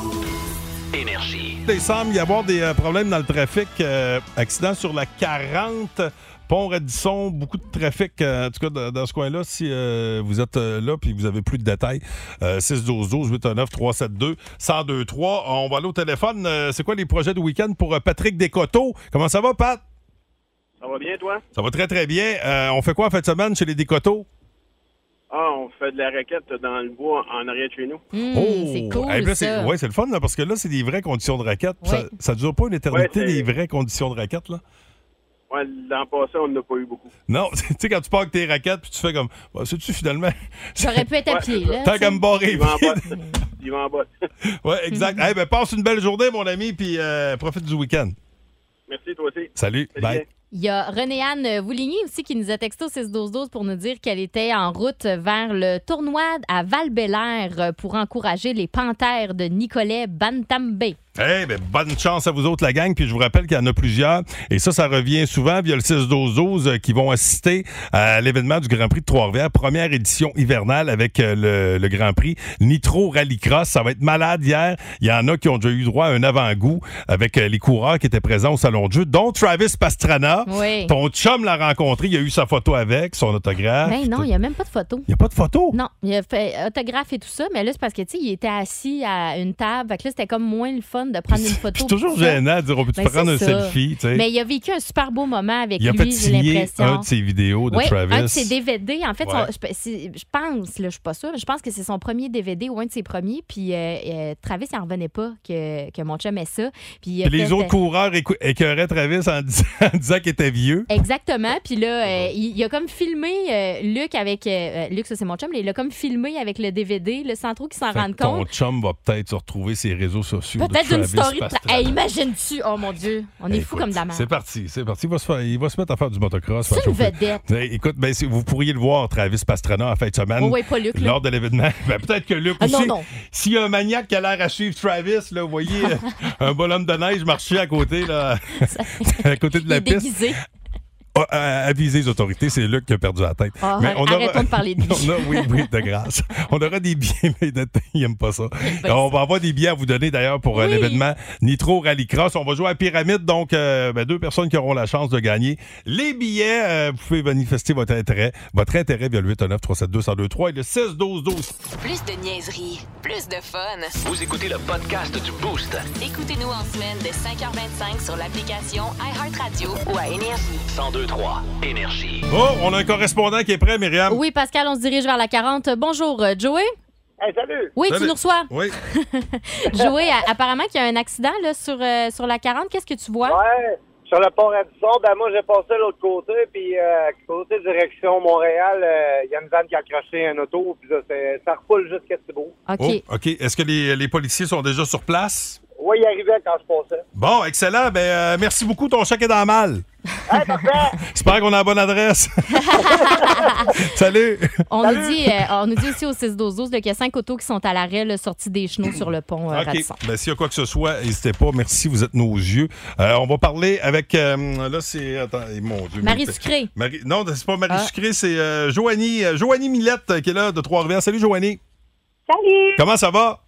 [SPEAKER 2] Énergie.
[SPEAKER 3] Il semble y avoir des euh, problèmes dans le trafic. euh, accident sur la 40, pont Radisson, beaucoup de trafic, euh, en tout cas dans, dans ce coin-là. Si euh, vous êtes euh, là puis vous avez plus de détails, euh, 612-12-819-372-1023. On va aller au téléphone. Euh, C'est quoi les projets de week-end pour euh, Patrick Descoteaux? Comment ça va, Pat?
[SPEAKER 12] Ça va bien, toi?
[SPEAKER 3] Ça va très, très bien. Euh, on fait quoi en fin de semaine chez les Descoteaux?
[SPEAKER 12] Ah, on fait de la raquette dans le bois en arrière de chez nous.
[SPEAKER 4] Hmm,
[SPEAKER 3] Eh ben, c'est- ouais, c'est le fun, là, parce que là, c'est des vraies conditions de raquette. puis
[SPEAKER 12] Ouais.
[SPEAKER 3] Ça, ça dure pas une éternité,
[SPEAKER 12] Ouais,
[SPEAKER 3] des
[SPEAKER 12] c'est-
[SPEAKER 3] vraies conditions de raquette, là.
[SPEAKER 12] Ouais, l'an passé, on n'a pas eu beaucoup.
[SPEAKER 3] Non, tu sais, quand tu pars avec tes raquettes, puis tu fais comme, bah, sais-tu finalement.
[SPEAKER 4] J'aurais pu être à pied, là.
[SPEAKER 3] T'as comme barré.
[SPEAKER 12] Il va en
[SPEAKER 3] vide.
[SPEAKER 12] Il va en bas.
[SPEAKER 3] ouais, exact. Eh ben, passe une belle journée, mon ami, puis euh, profite du week-end.
[SPEAKER 12] Merci, toi aussi.
[SPEAKER 3] Salut. Bye.
[SPEAKER 4] Il y a René-Anne Vouligny aussi qui nous a texté au 6-12-12 pour nous dire qu'elle était en route vers le tournoi à val pour encourager les Panthères de Nicolet Bantambe.
[SPEAKER 3] Eh ben, bonne chance à vous autres, la gang. Puis je vous rappelle qu'il y en a plusieurs. Et ça, ça revient souvent via le 6-12-12 euh, qui vont assister à l'événement du Grand Prix de Trois-Rivières, première édition hivernale avec euh, le, le Grand Prix Nitro Rallycross. Ça va être malade hier. Il y en a qui ont déjà eu droit à un avant-goût avec euh, les coureurs qui étaient présents au Salon de jeu, dont Travis Pastrana.
[SPEAKER 4] Oui.
[SPEAKER 3] Ton chum l'a rencontré. Il a eu sa photo avec, son autographe.
[SPEAKER 4] Ben non, il n'y a même pas de photo.
[SPEAKER 3] Il n'y a pas de photo.
[SPEAKER 4] Non, il a fait autographe et tout ça, mais là, c'est parce que, tu sais, il était assis à une table. Fait que là, c'était comme moins le fun de prendre une photo.
[SPEAKER 3] C'est toujours gênant de dire on peut-tu
[SPEAKER 4] Ben,
[SPEAKER 3] prendre un
[SPEAKER 4] c'est ça.
[SPEAKER 3] selfie? tu sais.
[SPEAKER 4] Mais il a vécu un super beau moment avec
[SPEAKER 3] Il a
[SPEAKER 4] lui,
[SPEAKER 3] fait
[SPEAKER 4] j'ai
[SPEAKER 3] signer
[SPEAKER 4] l'impression.
[SPEAKER 3] un de ses vidéos de
[SPEAKER 4] Oui,
[SPEAKER 3] Travis.
[SPEAKER 4] un de ses DVD. En fait, son-
[SPEAKER 3] Ouais.
[SPEAKER 4] je, pe- c'est- je pense, là, je suis pas sûre, mais je pense que c'est son premier DVD ou un de ses premiers. Puis euh, euh, Travis, il en revenait pas que, que mon chum ait ça. Puis, il a
[SPEAKER 3] Puis les
[SPEAKER 4] fait,
[SPEAKER 3] autres
[SPEAKER 4] euh,
[SPEAKER 3] coureurs écou- écœuraient Travis en disant, en disant qu'il était vieux.
[SPEAKER 4] Exactement. Puis là, euh, il, il a comme filmé euh, Luc avec. euh, euh, Luc, ça c'est mon chum, là, il a comme filmé avec le DVD, là, sans trop qu'il s'en
[SPEAKER 3] Fait
[SPEAKER 4] rende
[SPEAKER 3] que ton
[SPEAKER 4] compte.
[SPEAKER 3] chum va peut-être se retrouver ses réseaux sociaux. de
[SPEAKER 4] Peut-être une
[SPEAKER 3] Travis
[SPEAKER 4] story de.
[SPEAKER 3] Pastrana.
[SPEAKER 4] Tra- Hey, imagine-tu. Oh mon Dieu, on est fou
[SPEAKER 3] Écoute,
[SPEAKER 4] comme de la merde.
[SPEAKER 3] C'est parti, c'est parti. Il va, se faire- il va se mettre à faire du motocross.
[SPEAKER 4] C'est
[SPEAKER 3] faire
[SPEAKER 4] une
[SPEAKER 3] chauffer.
[SPEAKER 4] vedette.
[SPEAKER 3] Hey, écoute, ben, si- vous pourriez le voir, Travis Pastrana, en fin de semaine.
[SPEAKER 4] Ouais, ouais, pas Luc, là.
[SPEAKER 3] Lors de l'événement. Ben, peut-être que Luc
[SPEAKER 4] Ah, non,
[SPEAKER 3] aussi.
[SPEAKER 4] non.
[SPEAKER 3] S'il y a un maniaque qui a l'air à suivre Travis, là, vous voyez, euh, un bonhomme de neige marcher à côté, là, à côté de
[SPEAKER 4] Il
[SPEAKER 3] la
[SPEAKER 4] est
[SPEAKER 3] piste.
[SPEAKER 4] déguisé.
[SPEAKER 3] Ah, ah, aviser les autorités, c'est Luc qui a perdu la tête.
[SPEAKER 4] Ah, arrêtons de parler de lui.
[SPEAKER 3] On a- oui, oui, de grâce. On aura des billets, mais de- il n'aime pas ça. on va avoir des billets à vous donner d'ailleurs pour euh, l'événement Nitro Rallycross. On va jouer à Pyramide, donc euh, ben, deux personnes qui auront la chance de gagner les billets. Euh, vous pouvez manifester votre intérêt, votre intérêt via le 819 372 1023 et le 6 12 12.
[SPEAKER 1] Plus de niaiserie, plus de fun.
[SPEAKER 2] Vous écoutez le podcast du Boost.
[SPEAKER 1] Écoutez-nous en semaine de 5h25 sur l'application iHeartRadio ou à Énergie.
[SPEAKER 2] 1023 Énergie.
[SPEAKER 3] Oh, on a un correspondant qui est prêt, Myriam.
[SPEAKER 4] Oui, Pascal, on se dirige vers la 40. Bonjour, euh, Joey.
[SPEAKER 12] salut.
[SPEAKER 4] Oui,
[SPEAKER 3] Salut.
[SPEAKER 4] tu nous reçois.
[SPEAKER 3] Oui.
[SPEAKER 4] Joey, a- apparemment qu'il y a un accident là, sur, euh, sur la 40. Qu'est-ce que tu vois?
[SPEAKER 15] Ouais, sur le pont Radisson, ben moi j'ai passé de l'autre côté, puis euh, côté direction Montréal, euh, il y a une vanne qui a accroché un auto, puis là, c'est- ça repoule jusqu'à Thibault.
[SPEAKER 3] Oh, OK. Est-ce que les- les policiers sont déjà sur place?
[SPEAKER 15] Oui, il arrivait quand je passais.
[SPEAKER 3] Bon, excellent. Ben, euh, merci beaucoup. Ton chèque est dans le mal. J'espère qu'on a la bonne adresse. Salut.
[SPEAKER 4] On nous, dit, euh, on nous dit aussi au 6-12-12 là, qu'il y a cinq autos qui sont à l'arrêt là, sorties des chenaux sur le pont euh,
[SPEAKER 3] OK.
[SPEAKER 4] Radisson.
[SPEAKER 3] Ben, S'il y a quoi que ce soit, n'hésitez pas. Merci, vous êtes nos yeux. Euh, on va parler avec. euh, là, c'est. Attends, eh, mon Dieu.
[SPEAKER 4] Marie
[SPEAKER 3] mais t'es-
[SPEAKER 4] Sucré.
[SPEAKER 3] Marie- non, c'est pas Marie
[SPEAKER 4] Ah.
[SPEAKER 3] Sucré, c'est euh, Joanie, euh, Joanie Millette euh, qui est là de Trois-Rivières. Salut, Joanie.
[SPEAKER 16] Salut!
[SPEAKER 3] Comment ça va?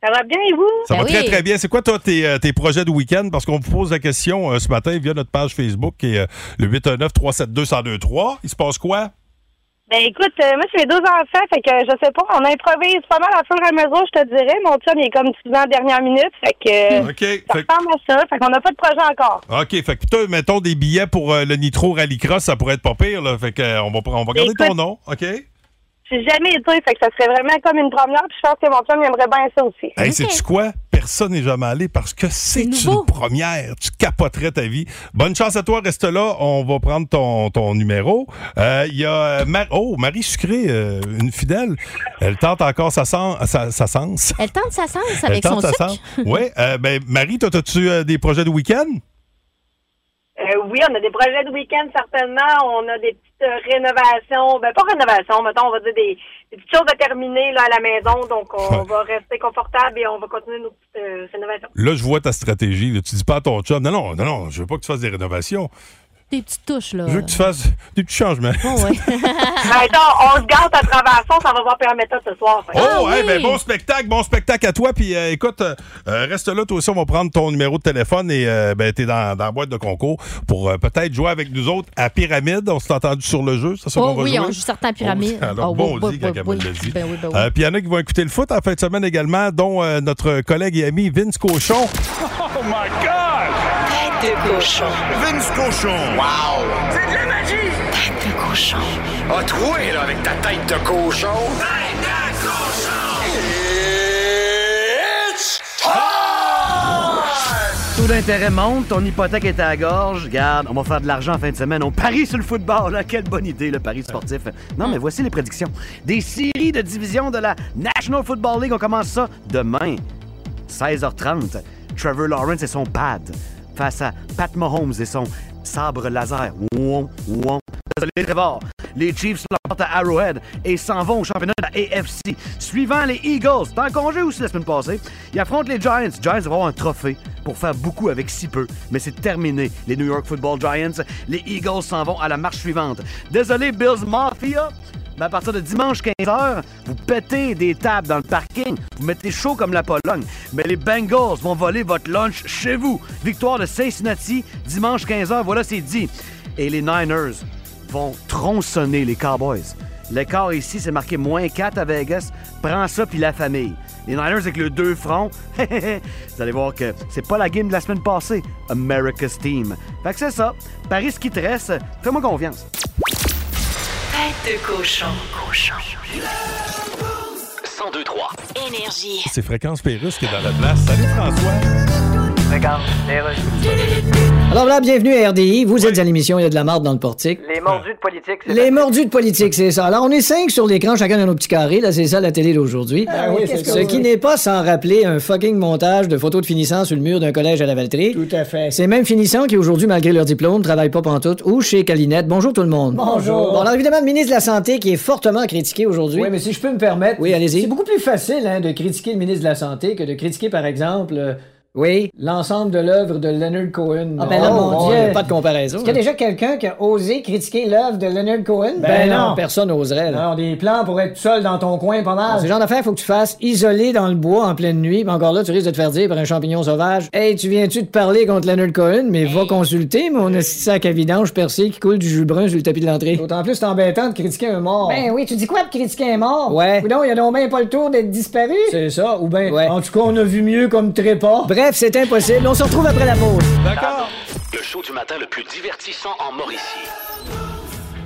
[SPEAKER 16] Ça va bien et vous?
[SPEAKER 3] Ça
[SPEAKER 4] Ben
[SPEAKER 3] va très, très bien. C'est quoi, toi, tes, euh, tes projets de week-end? Parce qu'on vous pose la question euh, ce matin via notre page Facebook qui est euh, le 819-372-1023. Il se passe quoi?
[SPEAKER 16] Ben écoute, euh, moi j'ai deux enfants, fait que euh, je sais pas, on improvise pas mal à fur et à mesure, je te dirais. Mon chum il est comme tu en dernière minute, fait que
[SPEAKER 4] Mmh.
[SPEAKER 16] euh,
[SPEAKER 3] OK. Fait
[SPEAKER 16] ça
[SPEAKER 3] que-
[SPEAKER 16] ressemble à ça, fait qu'on n'a pas de projet encore.
[SPEAKER 3] OK, fait que toi, mettons des billets pour euh, le Nitro Rallycross, ça pourrait être pas pire, là. Fait que euh, on va, on va garder ton
[SPEAKER 16] Écoute.
[SPEAKER 3] nom, OK?
[SPEAKER 16] J'ai jamais été, fait que ça serait vraiment comme une première, puis je pense que mon chum il aimerait bien ça aussi.
[SPEAKER 3] Hey, sais-tu quoi? Personne n'est jamais allé parce que c'est une première. Tu capoterais ta vie. Bonne chance à toi, reste là. On va prendre ton, ton numéro. Euh, Il y a euh, Mar- oh, Marie Sucré, euh, une fidèle. Elle tente encore sa, sen- sa, sa sens.
[SPEAKER 4] Elle tente sa sens avec
[SPEAKER 3] Elle
[SPEAKER 4] son
[SPEAKER 3] tente sa
[SPEAKER 4] sucre.
[SPEAKER 3] euh, sens. Oui. ben, Marie, toi, as-tu euh, des projets de week-end?
[SPEAKER 16] Euh,
[SPEAKER 17] Euh, oui, on a des projets de week-end, certainement. On a des petites euh, rénovations. Ben, pas rénovations, mettons, on va dire des, des petites choses à terminer là, à la maison. Donc, on va rester confortable et on va continuer nos petites euh, rénovations.
[SPEAKER 3] Là, je vois ta stratégie. là. Tu dis pas à ton chum, non, non, non, non, je veux pas que tu fasses des rénovations.
[SPEAKER 4] Des petites touches, là.
[SPEAKER 3] Je veux que tu fasses des petits changements.
[SPEAKER 17] Ben, attends, on se gâte à travers ça. On s'en va voir Pierre Méthode ce soir. fait.
[SPEAKER 4] Ah
[SPEAKER 3] Oh, hey, ben, bon spectacle, bon spectacle à toi. Puis euh, écoute, euh, euh, reste là, toi aussi, on va prendre ton numéro de téléphone et euh, ben, t'es dans, dans la boîte de concours pour euh, peut-être jouer avec nous autres à Pyramide. On s'est entendu sur le jeu, ça, ça
[SPEAKER 4] Oh
[SPEAKER 3] on va
[SPEAKER 4] oui,
[SPEAKER 3] jouer.
[SPEAKER 4] on joue certains pyramides.
[SPEAKER 3] Alors,
[SPEAKER 4] Ah,
[SPEAKER 3] bon,
[SPEAKER 4] oui,
[SPEAKER 3] on
[SPEAKER 4] oui,
[SPEAKER 3] dit
[SPEAKER 4] oui,
[SPEAKER 3] quand Camille
[SPEAKER 4] oui.
[SPEAKER 3] l'a dit.
[SPEAKER 4] Ben oui, ben oui.
[SPEAKER 3] Euh, Puis il y en a qui vont écouter le foot en fin de semaine également, dont euh, notre collègue et ami Vince Cochon.
[SPEAKER 18] Oh my God! Tête de cochon. Vince cochon. Wow! C'est de la magie! Tête de cochon. A troué, là, avec ta tête de cochon. Tête de cochon! It's time!
[SPEAKER 19] Taux d'intérêt monte, ton hypothèque est à la gorge. Regarde, on va faire de l'argent en fin de semaine. On parie sur le football. là. Quelle bonne idée, le pari sportif. Non, mais voici les prédictions. Des séries de divisions de la National Football League. On commence ça demain, 16h30. Trevor Lawrence et son pad face à Pat Mahomes et son sabre laser. Ouon, ouon. Désolé, Trevor. Les Chiefs l'emportent à Arrowhead et s'en vont au championnat de la AFC. Suivant les Eagles, c'est en congé aussi la semaine passée, ils affrontent les Giants. Les Giants vont avoir un trophée pour faire beaucoup avec si peu, mais c'est terminé. Les New York Football Giants, les Eagles s'en vont à la marche suivante. Désolé, Bills Mafia. Mais à partir de dimanche 15h, vous pétez des tables dans le parking, vous mettez chaud comme la Pologne, mais les Bengals vont voler votre lunch chez vous. Victoire de Cincinnati, dimanche 15h, voilà c'est dit. Et les Niners, vont tronçonner les Cowboys. L'écart ici, c'est marqué moins 4 à Vegas. Prends ça puis la famille. Les Niners avec le deux fronts. Vous allez voir que c'est pas la game de la semaine passée. America's Team. Fait que c'est ça. Paris, ce qui te reste, fais-moi confiance.
[SPEAKER 1] Tête de cochon. Cochon. 102-3. Énergie.
[SPEAKER 3] C'est Fréquence Pérusse qui est dans la place. Salut François.
[SPEAKER 14] Regarde,
[SPEAKER 6] Alors là, bienvenue à RDI. Vous êtes à l'émission Il y a de la marde dans le portique.
[SPEAKER 14] les mordus de politique, c'est
[SPEAKER 6] Les mordus de politique, c'est ça. Alors, on est cinq sur l'écran, chacun dans nos petits carrés. Là, c'est ça la télé d'aujourd'hui.
[SPEAKER 14] Ah oui, c'est
[SPEAKER 6] Ce
[SPEAKER 14] ça.
[SPEAKER 6] qui n'est pas sans rappeler un fucking montage de photos de finissants sur le mur d'un collège à la Valtrie. Tout à fait. Ces mêmes finissants qui, aujourd'hui, malgré leur diplôme, travaillent pas pantoute ou chez Calinette. Bonjour tout le monde.
[SPEAKER 20] Bonjour.
[SPEAKER 6] Bon, alors évidemment, le ministre de la Santé qui est fortement critiqué aujourd'hui.
[SPEAKER 20] Oui, mais si je peux me permettre.
[SPEAKER 6] Oui, allez-y.
[SPEAKER 20] C'est beaucoup plus facile hein, de critiquer le ministre de la Santé que de critiquer, par exemple, euh,
[SPEAKER 6] Oui.
[SPEAKER 20] l'ensemble de l'œuvre de Leonard Cohen.
[SPEAKER 6] Ah ben là, mon Dieu.
[SPEAKER 20] ouais.
[SPEAKER 6] Pas de comparaison.
[SPEAKER 20] Est-ce qu'il y a déjà quelqu'un qui a osé critiquer l'œuvre de Leonard Cohen?
[SPEAKER 6] Ben non, personne n'oserait. là.
[SPEAKER 20] Non, des plans pour être seul dans ton coin, pas mal.
[SPEAKER 6] Ce genre d'affaires, faut que tu fasses isolé dans le bois en pleine nuit. Puis encore là, tu risques de te faire dire par un champignon sauvage Hey, tu viens-tu de parler contre Leonard Cohen, mais va consulter mon esti de sac à vidange percé qui coule du jus brun sur le tapis de l'entrée. D'autant plus, c'est embêtant de critiquer un mort.
[SPEAKER 20] Ben oui, tu dis quoi de critiquer un mort?
[SPEAKER 6] Ouais.
[SPEAKER 20] Ou non, il a donc même pas le tour d'être disparu?
[SPEAKER 6] C'est ça, ou ben.
[SPEAKER 20] En tout cas, on a vu mieux comme trépas.
[SPEAKER 6] Bref, c'est impossible. On se retrouve après la pause.
[SPEAKER 2] D'accord. Le show du matin le plus divertissant en Mauricie.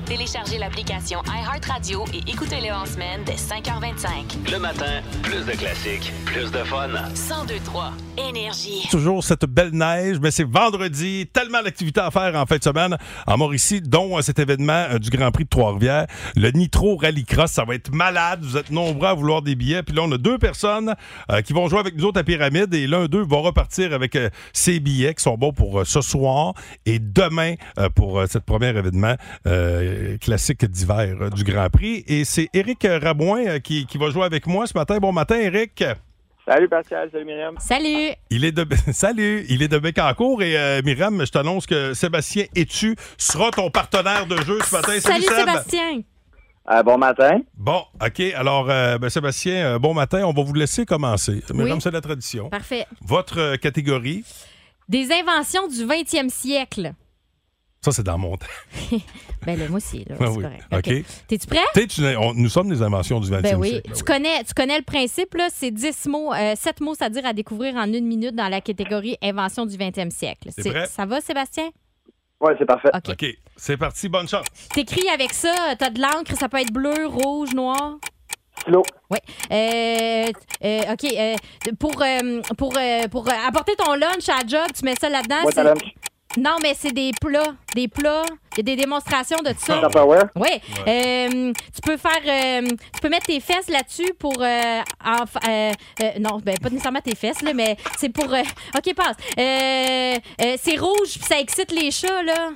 [SPEAKER 1] Téléchargez l'application iHeartRadio et écoutez-le en semaine dès 5h25.
[SPEAKER 2] Le matin, plus de classiques, plus de fun.
[SPEAKER 1] 102-3. Énergie.
[SPEAKER 3] Toujours cette belle neige, mais c'est vendredi. Tellement d'activités à faire en fin de semaine en Mauricie, dont euh, cet événement euh, du Grand Prix de Trois-Rivières, le Nitro Rallycross. Ça va être malade. Vous êtes nombreux à vouloir des billets. Puis là, on a deux personnes euh, qui vont jouer avec nous autres à Pyramide et l'un d'eux va repartir avec euh, ses billets qui sont bons pour euh, ce soir et demain euh, pour euh, cette premier événement euh, classique d'hiver euh, du Grand Prix. Et c'est Éric Rabouin euh, qui, qui va jouer avec moi ce matin. Bon matin, Éric.
[SPEAKER 12] Salut Pascal, salut Myriam.
[SPEAKER 4] Salut!
[SPEAKER 3] Il est de Salut, il est de Bécancour et euh, Myriam, je t'annonce que Sébastien Etu sera ton partenaire de jeu ce matin.
[SPEAKER 4] Salut
[SPEAKER 3] Seb.
[SPEAKER 4] Sébastien!
[SPEAKER 12] Euh, bon matin.
[SPEAKER 3] Bon, OK. Alors, euh, ben, Sébastien, euh, bon matin. On va vous laisser commencer. Mais
[SPEAKER 4] Oui.
[SPEAKER 3] comme c'est la tradition.
[SPEAKER 4] Parfait.
[SPEAKER 3] Votre euh, catégorie,
[SPEAKER 4] Des inventions du 20e siècle.
[SPEAKER 3] ça, c'est dans mon temps.
[SPEAKER 4] Ben là, moi aussi, là,
[SPEAKER 3] Ah
[SPEAKER 4] c'est
[SPEAKER 3] oui.
[SPEAKER 4] correct.
[SPEAKER 3] OK.
[SPEAKER 4] T'es-tu prêt?
[SPEAKER 3] T'es- tu- on- nous sommes des inventions du 20e
[SPEAKER 4] Ben oui.
[SPEAKER 3] siècle.
[SPEAKER 4] tu, Connais, tu connais le principe, là. C'est 10 mots, euh, 7 mots, c'est-à-dire à découvrir en une minute dans la catégorie invention du 20e siècle.
[SPEAKER 3] C'est vrai.
[SPEAKER 4] Ça va, Sébastien?
[SPEAKER 12] Ouais, c'est parfait.
[SPEAKER 4] OK.
[SPEAKER 3] OK. C'est parti. Bonne chance.
[SPEAKER 4] T'écris avec ça, t'as de l'encre, ça peut être bleu, rouge, noir.
[SPEAKER 12] Stylo.
[SPEAKER 4] Oui. Euh, euh, OK. euh, pour euh, pour, euh, pour euh, apporter ton lunch à la job, tu mets ça là-dedans.
[SPEAKER 12] Boîte à
[SPEAKER 4] c'est-
[SPEAKER 12] lunch.
[SPEAKER 4] Non, mais c'est des plats. Des plats. Il y a des démonstrations de ça.
[SPEAKER 15] Tupperware?
[SPEAKER 4] Oui. Euh, tu peux faire. euh, tu peux mettre tes fesses là-dessus pour. euh, en fa- euh, euh, non, ben, pas nécessairement tes fesses, là, mais c'est pour. euh, OK, passe. Euh, euh, c'est rouge, puis ça excite les chats, là.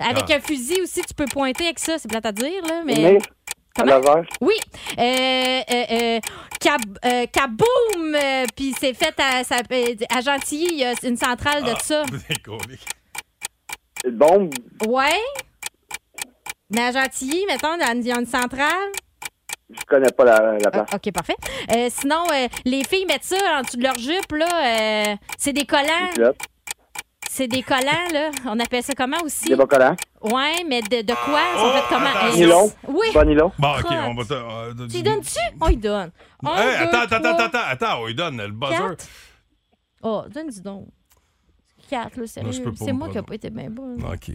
[SPEAKER 4] Avec
[SPEAKER 21] Ah.
[SPEAKER 4] un fusil aussi, tu peux pointer avec ça. C'est plate à dire, là, mais.
[SPEAKER 21] Mais, à
[SPEAKER 4] Comment?
[SPEAKER 21] l'envers.
[SPEAKER 4] Oui. Euh, euh, euh, cab- euh, kaboom! Euh, Puis c'est fait à, ça- euh, à Gentilly, il y a une centrale de ça.
[SPEAKER 21] Une bombe.
[SPEAKER 4] Ouais. Mais à Gentilly, mettons, dans- il y a une centrale.
[SPEAKER 21] Je connais pas la, la
[SPEAKER 4] Ah,
[SPEAKER 21] place.
[SPEAKER 4] OK, parfait. Euh, sinon, euh, les filles mettent ça en dessous de leur jupe, là. euh, c'est des collants.
[SPEAKER 21] Culotte.
[SPEAKER 4] C'est des collants, là. On appelle ça comment aussi?
[SPEAKER 21] Des bas collants.
[SPEAKER 4] Ouais, mais de, de quoi? Ils sont faits comment?
[SPEAKER 3] Ah,
[SPEAKER 21] attention.
[SPEAKER 4] Euh,
[SPEAKER 21] Nylon.
[SPEAKER 4] Oui.
[SPEAKER 21] Bon nylon.
[SPEAKER 3] Bon, OK, on va te. euh,
[SPEAKER 4] Tu y donnes-tu? On y donne. Un,
[SPEAKER 3] Hey,
[SPEAKER 4] deux,
[SPEAKER 3] attends, attends,
[SPEAKER 4] trois.
[SPEAKER 3] attends, attends, attends, on lui donne le buzzer.
[SPEAKER 4] Quatre. Oh, donne-y donc. Quatre, là, sérieux.
[SPEAKER 3] Non, je peux pas,
[SPEAKER 4] C'est moi
[SPEAKER 3] pardon.
[SPEAKER 4] qui n'ai pas été bien bonne.
[SPEAKER 3] OK,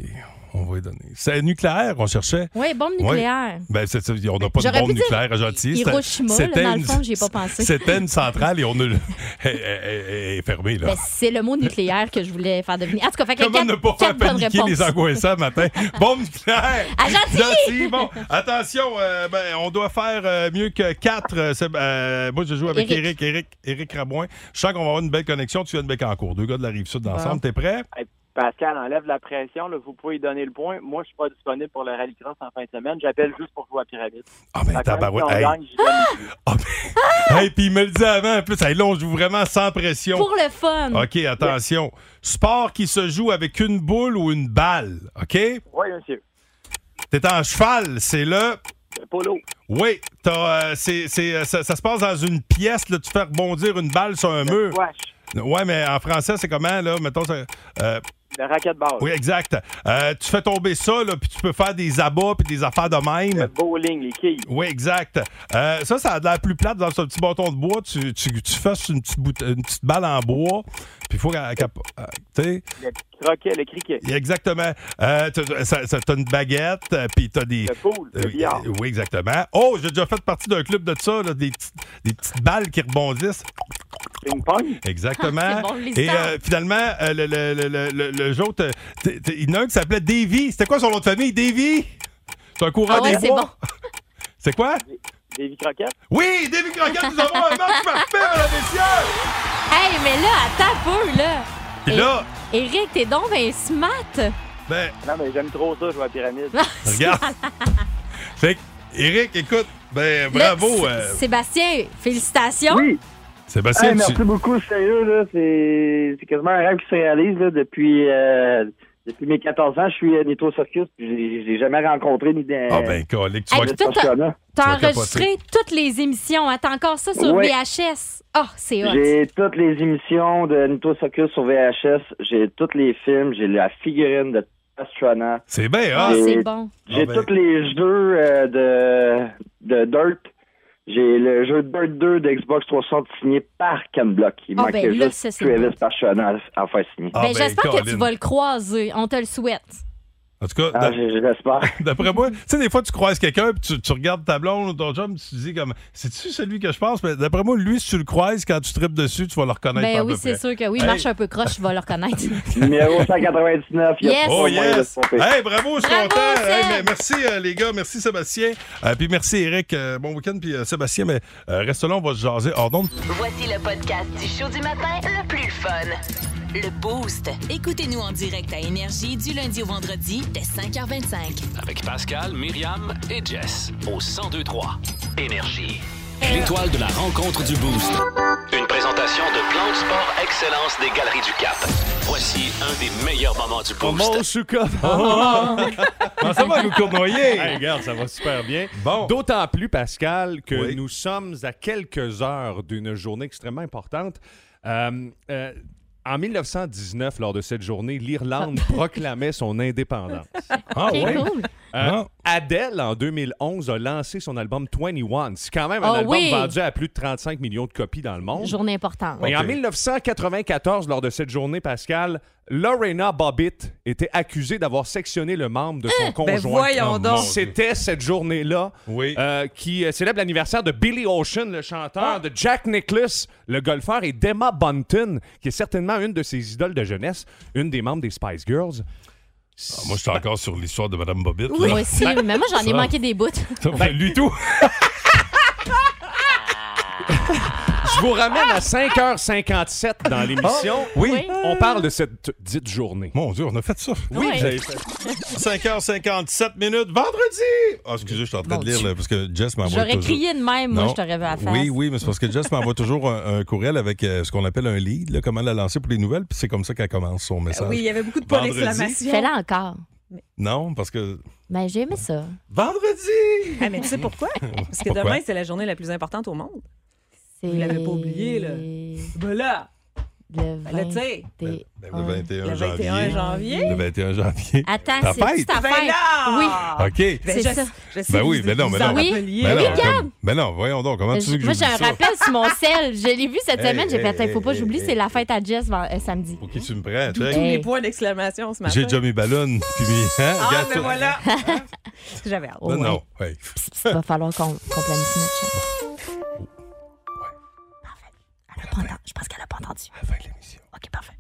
[SPEAKER 3] on va lui donner. C'est nucléaire, on cherchait.
[SPEAKER 4] Oui, bombe
[SPEAKER 3] Ouais.
[SPEAKER 4] nucléaire.
[SPEAKER 3] Ben, c'est ça, on n'a pas de
[SPEAKER 4] J'aurais
[SPEAKER 3] bombe
[SPEAKER 4] pu dire
[SPEAKER 3] nucléaire à Gentilly. C'était-
[SPEAKER 4] Hiroshima, là,
[SPEAKER 3] c'était
[SPEAKER 4] dans le
[SPEAKER 3] une-
[SPEAKER 4] fond, j'y ai pas pensé.
[SPEAKER 3] C'était une centrale et on a. Elle est fermée, là.
[SPEAKER 4] Ben, c'est le mot nucléaire que je voulais faire devenir. En tout cas, fait que
[SPEAKER 3] Ah. Comment
[SPEAKER 4] quatre,
[SPEAKER 3] ne pas faire
[SPEAKER 4] quatre bonnes
[SPEAKER 3] paniquer
[SPEAKER 4] réponses.
[SPEAKER 3] les angoissants matin? Bombe nucléaire!
[SPEAKER 4] À Gentilly!
[SPEAKER 3] Gentilly, bon, attention, euh, ben, on doit faire euh, mieux que 4. euh, moi, je joue avec
[SPEAKER 18] Éric.
[SPEAKER 3] Eric, Eric, Eric Rabouin. Je sens qu'on va avoir une belle connexion. Tu viens de Bécancour. Deux gars de la Rive-Sud ensemble. T'es prêt?
[SPEAKER 22] Hey, Pascal, enlève la pression. Là, vous pouvez y donner le point. Moi, je suis pas disponible pour le rallycross en fin de semaine. J'appelle juste pour jouer à Pyramide.
[SPEAKER 3] Ah, ben,
[SPEAKER 22] Fait que même
[SPEAKER 3] tabarouette,
[SPEAKER 22] si on
[SPEAKER 3] hey.
[SPEAKER 22] gagne, j'y donne le plus.
[SPEAKER 3] Hey, puis il me le dit avant. En plus, hey, là, on joue vraiment sans pression.
[SPEAKER 4] Pour le fun.
[SPEAKER 3] OK, attention. Sport qui se joue avec une boule ou une balle. OK?
[SPEAKER 22] Oui, monsieur.
[SPEAKER 3] T'es en cheval, c'est le.
[SPEAKER 22] Le polo.
[SPEAKER 3] Oui, t'as, euh, c'est- c'est, euh, ça, ça se passe dans une pièce, là, tu fais rebondir une balle sur un mur. Ouais, mais en français, c'est comment, là? Mettons, ça, euh,
[SPEAKER 22] Le racquetball.
[SPEAKER 3] oui, exact. Euh, tu fais tomber ça, là, puis tu peux faire des abats puis des affaires de même. Le
[SPEAKER 22] bowling, les quilles.
[SPEAKER 3] Oui, exact. Euh, ça, ça a de l'air plus plate dans ce petit bâton de bois. Tu, tu, tu fasses une petite, boute- une petite balle en bois, puis il faut qu'elle... qu'elle- euh, tu sais,
[SPEAKER 22] Le croquet, le criquet.
[SPEAKER 3] Exactement. Euh, t'as- ça- ça- t'as une baguette, euh, puis t'as des...
[SPEAKER 22] Le pool, le
[SPEAKER 3] Euh,
[SPEAKER 22] billard.
[SPEAKER 3] euh, oui, exactement. Oh, j'ai déjà fait partie d'un club de ça, là, des, petites- des petites balles qui rebondissent.
[SPEAKER 22] Ping-pong.
[SPEAKER 3] Exactement.
[SPEAKER 22] Ah, c'est bon, les
[SPEAKER 3] Et euh,
[SPEAKER 22] arts.
[SPEAKER 3] finalement, euh, le, le, le, le, le- le jour, t'as- t'as- t'as- il y en a un qui s'appelait Davy. C'était quoi son nom de famille? Davy? C'est un courant
[SPEAKER 22] Ah ouais,
[SPEAKER 3] des
[SPEAKER 22] c'est
[SPEAKER 3] bois. c'est quoi?
[SPEAKER 22] Davy Croquette.
[SPEAKER 3] Oui, Davy Croquette, nous avons un match parfait, mesdames et messieurs!
[SPEAKER 4] Hey, mais là, attends un peu, là.
[SPEAKER 3] Puis là-
[SPEAKER 4] Eric, t'es donc un smart.
[SPEAKER 3] Ben,
[SPEAKER 22] Non, mais j'aime trop ça, jouer à Pyramide.
[SPEAKER 3] regarde. fait que, Eric, écoute, ben, bravo.
[SPEAKER 4] Là,
[SPEAKER 3] euh,
[SPEAKER 4] S- Sébastien, félicitations.
[SPEAKER 22] Oui.
[SPEAKER 3] Sébastien,
[SPEAKER 22] Hey, merci
[SPEAKER 3] tu-
[SPEAKER 22] beaucoup, sérieux. là. C'est c'est quasiment un rêve qui se réalise là, depuis, euh, depuis mes 14 ans. Je suis à Nitro Circus. puis Je l'ai jamais rencontré ni d'un.
[SPEAKER 3] Ah, ben, colique, tu
[SPEAKER 4] Hey,
[SPEAKER 3] vas
[SPEAKER 4] puis toi, t'as- T'as
[SPEAKER 22] Tu vas
[SPEAKER 4] enregistré toutes les émissions. Attends encore ça sur
[SPEAKER 22] Ouais.
[SPEAKER 4] VHS. Oh, c'est hot.
[SPEAKER 22] J'ai toutes les émissions de Nitro Circus sur VHS. J'ai tous les films. J'ai la figurine de Astronaut.
[SPEAKER 3] C'est bien, hein?
[SPEAKER 4] Ah, c'est bon.
[SPEAKER 22] J'ai
[SPEAKER 4] Ah, ben.
[SPEAKER 22] tous les jeux euh, de, de Dirt. J'ai le jeu Dirt 2 d'Xbox 360 signé par Ken Block. Il
[SPEAKER 4] Ah,
[SPEAKER 22] manque
[SPEAKER 4] ben là, ça,
[SPEAKER 22] juste
[SPEAKER 4] c'est
[SPEAKER 22] Travis
[SPEAKER 4] bon.
[SPEAKER 22] Pastrana à, à faire
[SPEAKER 2] Ah,
[SPEAKER 22] signer.
[SPEAKER 4] Ben, J'espère que tu vas le croiser. On te le souhaite.
[SPEAKER 3] En tout cas,
[SPEAKER 22] Ah,
[SPEAKER 3] d'a-
[SPEAKER 22] j'ai- j'ai- j'espère.
[SPEAKER 3] d'après moi, tu sais, des fois, tu croises quelqu'un, puis tu, tu regardes ta blonde ou ton chum, tu te dis comme, c'est-tu celui que je pense? Mais d'après moi, lui, si tu le croises, quand tu tripes dessus, tu vas le reconnaître.
[SPEAKER 4] Ben
[SPEAKER 3] par
[SPEAKER 4] oui,
[SPEAKER 3] peu
[SPEAKER 4] c'est
[SPEAKER 3] près.
[SPEAKER 4] sûr que oui.
[SPEAKER 3] Hey.
[SPEAKER 4] Marche un peu croche, tu vas le reconnaître.
[SPEAKER 22] Numéro 199. il y a
[SPEAKER 4] Yes.
[SPEAKER 22] pas
[SPEAKER 3] Oh
[SPEAKER 22] moyen de
[SPEAKER 3] yes!
[SPEAKER 22] se tromper.
[SPEAKER 3] Hey, bravo, je suis
[SPEAKER 22] Bravo,
[SPEAKER 3] content. Hey,
[SPEAKER 22] Seb.
[SPEAKER 3] mais merci euh, les gars, merci Sébastien. Euh, puis merci Eric. Euh, bon week-end, puis euh, Sébastien, mais euh, reste là, on va se jaser hors d'onde.
[SPEAKER 1] Voici le podcast du show du matin le plus fun. Le Boost. Écoutez-nous en direct à Énergie du lundi au vendredi dès 5h25.
[SPEAKER 2] Avec Pascal, Myriam et Jess au 1023 Énergie. L'étoile de la rencontre du Boost. Une présentation de Plan de Sport Excellence des Galeries du Cap. Voici un des meilleurs moments du Boost.
[SPEAKER 10] Comment je suis comme-
[SPEAKER 2] Ah.
[SPEAKER 3] Comment ça va, nous cournoyer?
[SPEAKER 10] Hey, regarde, ça va super bien. D'autant plus, Pascal, que
[SPEAKER 3] Oui.
[SPEAKER 10] nous sommes à quelques heures d'une journée extrêmement importante. Euh, euh, en 1919, lors de cette journée, l'Irlande proclamait son indépendance.
[SPEAKER 3] Ah Ok, ouais? cool.
[SPEAKER 10] Euh,
[SPEAKER 3] Ah.
[SPEAKER 10] Adele, en 2011, a lancé son album 21. C'est quand même un
[SPEAKER 4] Oh
[SPEAKER 10] album
[SPEAKER 4] oui.
[SPEAKER 10] vendu à plus de 35 millions de copies dans le monde.
[SPEAKER 4] Journée importante.
[SPEAKER 10] Et en 1994, lors de cette journée, Pascal, Lorena Bobbitt était accusée d'avoir sectionné le membre de son
[SPEAKER 11] Hein?
[SPEAKER 10] conjoint.
[SPEAKER 11] Ben voyons
[SPEAKER 10] Oh,
[SPEAKER 11] donc.
[SPEAKER 10] mon C'était cette journée-là euh, qui euh, célèbre l'anniversaire de Billy Ocean, le
[SPEAKER 3] Ah.
[SPEAKER 10] chanteur, de Jack Nicklaus, le golfeur, et d'Emma Bunton, qui est certainement une de ses idoles de jeunesse, une des membres des Spice Girls.
[SPEAKER 3] Ah, moi, je suis encore sur l'histoire de Mme Bobbitt.
[SPEAKER 4] Oui,
[SPEAKER 3] là.
[SPEAKER 4] moi aussi,
[SPEAKER 3] Ben,
[SPEAKER 4] mais moi j'en ai
[SPEAKER 3] ça-
[SPEAKER 4] manqué des bouts.
[SPEAKER 3] Ça
[SPEAKER 10] ben,
[SPEAKER 3] va du tout.
[SPEAKER 10] Je vous ramène à 5h57 dans l'émission.
[SPEAKER 3] Ah,
[SPEAKER 10] oui,
[SPEAKER 3] oui.
[SPEAKER 10] on parle de cette dite journée.
[SPEAKER 3] Mon Dieu, on a fait ça.
[SPEAKER 10] Oui,
[SPEAKER 3] Oui.
[SPEAKER 10] vous avez fait
[SPEAKER 3] 5h57 minutes, vendredi! Ah, excusez, je suis en train de lire, là, parce que Jess m'envoie
[SPEAKER 4] J'aurais
[SPEAKER 3] Ah, toujours...
[SPEAKER 4] crié de même, moi,
[SPEAKER 3] Non.
[SPEAKER 4] je t'aurais vu à la face.
[SPEAKER 3] Oui, oui, mais c'est parce que Jess m'envoie toujours un, un courriel avec euh, ce qu'on appelle un lead, là, comment la lancer pour les nouvelles, puis c'est comme ça qu'elle commence son message.
[SPEAKER 4] oui, il y avait beaucoup
[SPEAKER 11] de points
[SPEAKER 3] Vendredi.
[SPEAKER 11] d'exclamation.
[SPEAKER 4] Fais-la encore.
[SPEAKER 3] Non, parce que...
[SPEAKER 4] Ben, j'ai aimé ça.
[SPEAKER 3] Vendredi!
[SPEAKER 11] Ah, mais tu sais pourquoi? Parce que
[SPEAKER 3] Pourquoi?
[SPEAKER 11] demain, c'est la journée la plus importante au monde. Vous l'avez pas oublié, là. Ben là!
[SPEAKER 4] Le
[SPEAKER 11] Ben là, tu sais.
[SPEAKER 3] ben, Le 21
[SPEAKER 11] Le 21
[SPEAKER 3] janvier.
[SPEAKER 11] janvier. Ben
[SPEAKER 3] Le 21 janvier.
[SPEAKER 4] Attends,
[SPEAKER 3] Ta
[SPEAKER 4] c'est tu
[SPEAKER 3] fête?
[SPEAKER 4] ta fête? Oui.
[SPEAKER 3] OK.
[SPEAKER 4] Ah. C'est
[SPEAKER 11] je-
[SPEAKER 4] ça.
[SPEAKER 11] je sais
[SPEAKER 3] Ben
[SPEAKER 11] que
[SPEAKER 3] oui,
[SPEAKER 11] vous-
[SPEAKER 3] ben non,
[SPEAKER 11] vous
[SPEAKER 3] mais
[SPEAKER 11] en
[SPEAKER 3] non.
[SPEAKER 11] rappeliez.
[SPEAKER 3] Ben
[SPEAKER 4] Oui,
[SPEAKER 3] non,
[SPEAKER 4] Gab!
[SPEAKER 3] comme- ben non, voyons donc, comment tu veux que
[SPEAKER 4] Moi,
[SPEAKER 3] je
[SPEAKER 4] j'ai un rappel sur mon sel. Je l'ai vu cette
[SPEAKER 3] Hey,
[SPEAKER 4] semaine. J'ai
[SPEAKER 3] hey,
[SPEAKER 4] fait, il faut pas que
[SPEAKER 3] hey,
[SPEAKER 4] j'oublie,
[SPEAKER 3] hey.
[SPEAKER 4] c'est la fête à Jess ven- euh, samedi.
[SPEAKER 3] Pour qui tu me prends,
[SPEAKER 11] Tous
[SPEAKER 3] check.
[SPEAKER 11] les points d'exclamation ce matin.
[SPEAKER 3] J'ai déjà mes ballons, puis mes... hein,
[SPEAKER 11] Ah,
[SPEAKER 4] ben
[SPEAKER 3] regarde
[SPEAKER 11] mais
[SPEAKER 3] ça.
[SPEAKER 11] voilà! J'avais hâte.
[SPEAKER 4] Oh,
[SPEAKER 3] Non, non, hey.
[SPEAKER 4] Il va falloir qu'on qu'on planifie notre chose. Elle a pas entendu. Je pense qu'elle a pas entendu.
[SPEAKER 3] Avant l'émission.
[SPEAKER 4] OK, parfait.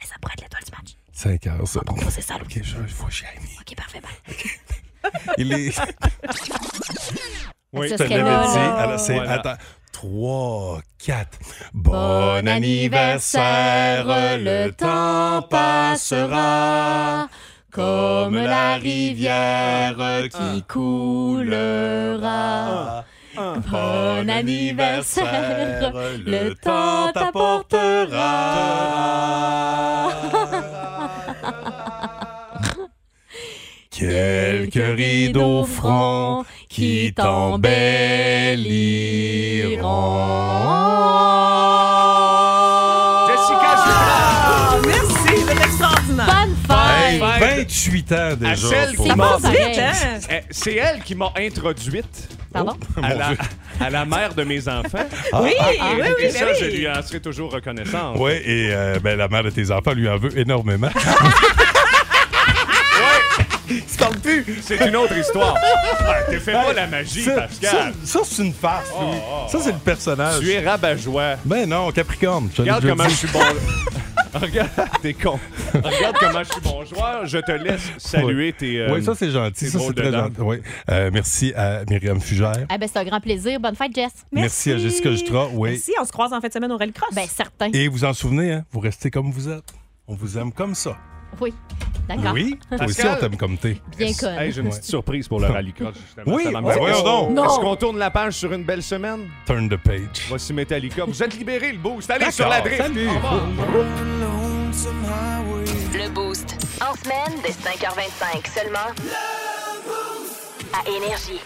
[SPEAKER 4] Mais ça pourrait être l'étoile du match.
[SPEAKER 3] 5 heures, ça.
[SPEAKER 4] c'est ça,
[SPEAKER 3] OK, je, il faut que j'y aille.
[SPEAKER 4] OK, parfait. bye.
[SPEAKER 3] Il est.
[SPEAKER 4] Oui,
[SPEAKER 3] oui,
[SPEAKER 4] ce
[SPEAKER 3] je te
[SPEAKER 4] serait
[SPEAKER 3] l'avais dit.
[SPEAKER 4] là, là.
[SPEAKER 3] Alors, c'est.
[SPEAKER 4] Voilà.
[SPEAKER 3] Attends. 3, 4. Bon,
[SPEAKER 4] Bon
[SPEAKER 3] anniversaire, le temps passera. Comme la rivière
[SPEAKER 10] Ah.
[SPEAKER 3] qui coulera. Bon anniversaire, le temps t'apportera. Quelques rideaux francs qui t'embelliront.
[SPEAKER 18] Jessica
[SPEAKER 11] Ah, merci, c'est extraordinaire.
[SPEAKER 4] Bonne
[SPEAKER 3] Hey,
[SPEAKER 11] fête!
[SPEAKER 3] 28 ans déjà.
[SPEAKER 10] À celle
[SPEAKER 3] pour
[SPEAKER 10] qui
[SPEAKER 3] moi.
[SPEAKER 10] m'a-
[SPEAKER 11] pareil. hein?
[SPEAKER 10] Eh, C'est elle qui m'a introduite. Oh,
[SPEAKER 4] Pardon?
[SPEAKER 10] À
[SPEAKER 3] Mon
[SPEAKER 10] la,
[SPEAKER 3] Dieu.
[SPEAKER 10] à la mère de mes enfants.
[SPEAKER 3] Oui,
[SPEAKER 10] Ah, ah,
[SPEAKER 11] oui,
[SPEAKER 10] et
[SPEAKER 11] oui,
[SPEAKER 10] ça,
[SPEAKER 11] ben
[SPEAKER 10] je
[SPEAKER 11] oui.
[SPEAKER 10] lui en serai toujours reconnaissant.
[SPEAKER 3] Oui, et euh, ben, la mère de tes enfants lui en veut énormément.
[SPEAKER 10] Tu parles plus. C'est une autre histoire. Ah, T'es fait pas la magie,
[SPEAKER 3] ça, ça,
[SPEAKER 10] Pascal.
[SPEAKER 3] ça, c'est une farce.
[SPEAKER 10] Oh,
[SPEAKER 3] Louis.
[SPEAKER 10] oh,
[SPEAKER 3] ça, c'est le personnage.
[SPEAKER 10] Tu es rabat-joie.
[SPEAKER 3] Ben non, Capricorne. je te l'ai
[SPEAKER 10] Regarde
[SPEAKER 3] déjà
[SPEAKER 10] comment
[SPEAKER 3] dit.
[SPEAKER 10] je suis bon. Regarde, t'es con. Regarde comment je suis bon joueur. Je te laisse saluer tes. euh,
[SPEAKER 3] oui, ça, c'est gentil.
[SPEAKER 10] tes
[SPEAKER 3] Ça,
[SPEAKER 10] drôles de
[SPEAKER 3] c'est très
[SPEAKER 10] dames.
[SPEAKER 3] gentil. Oui. Euh, merci à Myriam Fugère.
[SPEAKER 4] Ah ben, c'est un grand plaisir. Bonne fête, Jess.
[SPEAKER 3] Merci, à Jessica Jutra. Oui.
[SPEAKER 11] Merci, on se croise en fin de semaine au Rallycross.
[SPEAKER 4] Ben, certain.
[SPEAKER 3] Et vous en souvenez, hein, vous restez comme vous êtes. On vous aime comme ça.
[SPEAKER 4] Oui. D'accord.
[SPEAKER 3] Oui, toi aussi, on
[SPEAKER 10] Pascal.
[SPEAKER 3] t'aime comme t'es.
[SPEAKER 4] Bien connu.
[SPEAKER 10] Hey, J'ai une petite surprise pour le rallycross, justement.
[SPEAKER 3] Oui,
[SPEAKER 10] Ça va me
[SPEAKER 3] ben
[SPEAKER 10] dire-
[SPEAKER 3] voyons donc. Non.
[SPEAKER 10] Est-ce qu'on tourne la page sur une belle semaine?
[SPEAKER 3] Turn the page.
[SPEAKER 10] Voici Metallica. Vous êtes libérés, le boost. Allez
[SPEAKER 3] D'accord,
[SPEAKER 10] sur la drift.
[SPEAKER 3] salut.
[SPEAKER 10] Au revoir.
[SPEAKER 1] Le Boost. En semaine, dès 5h25 seulement. À Énergie.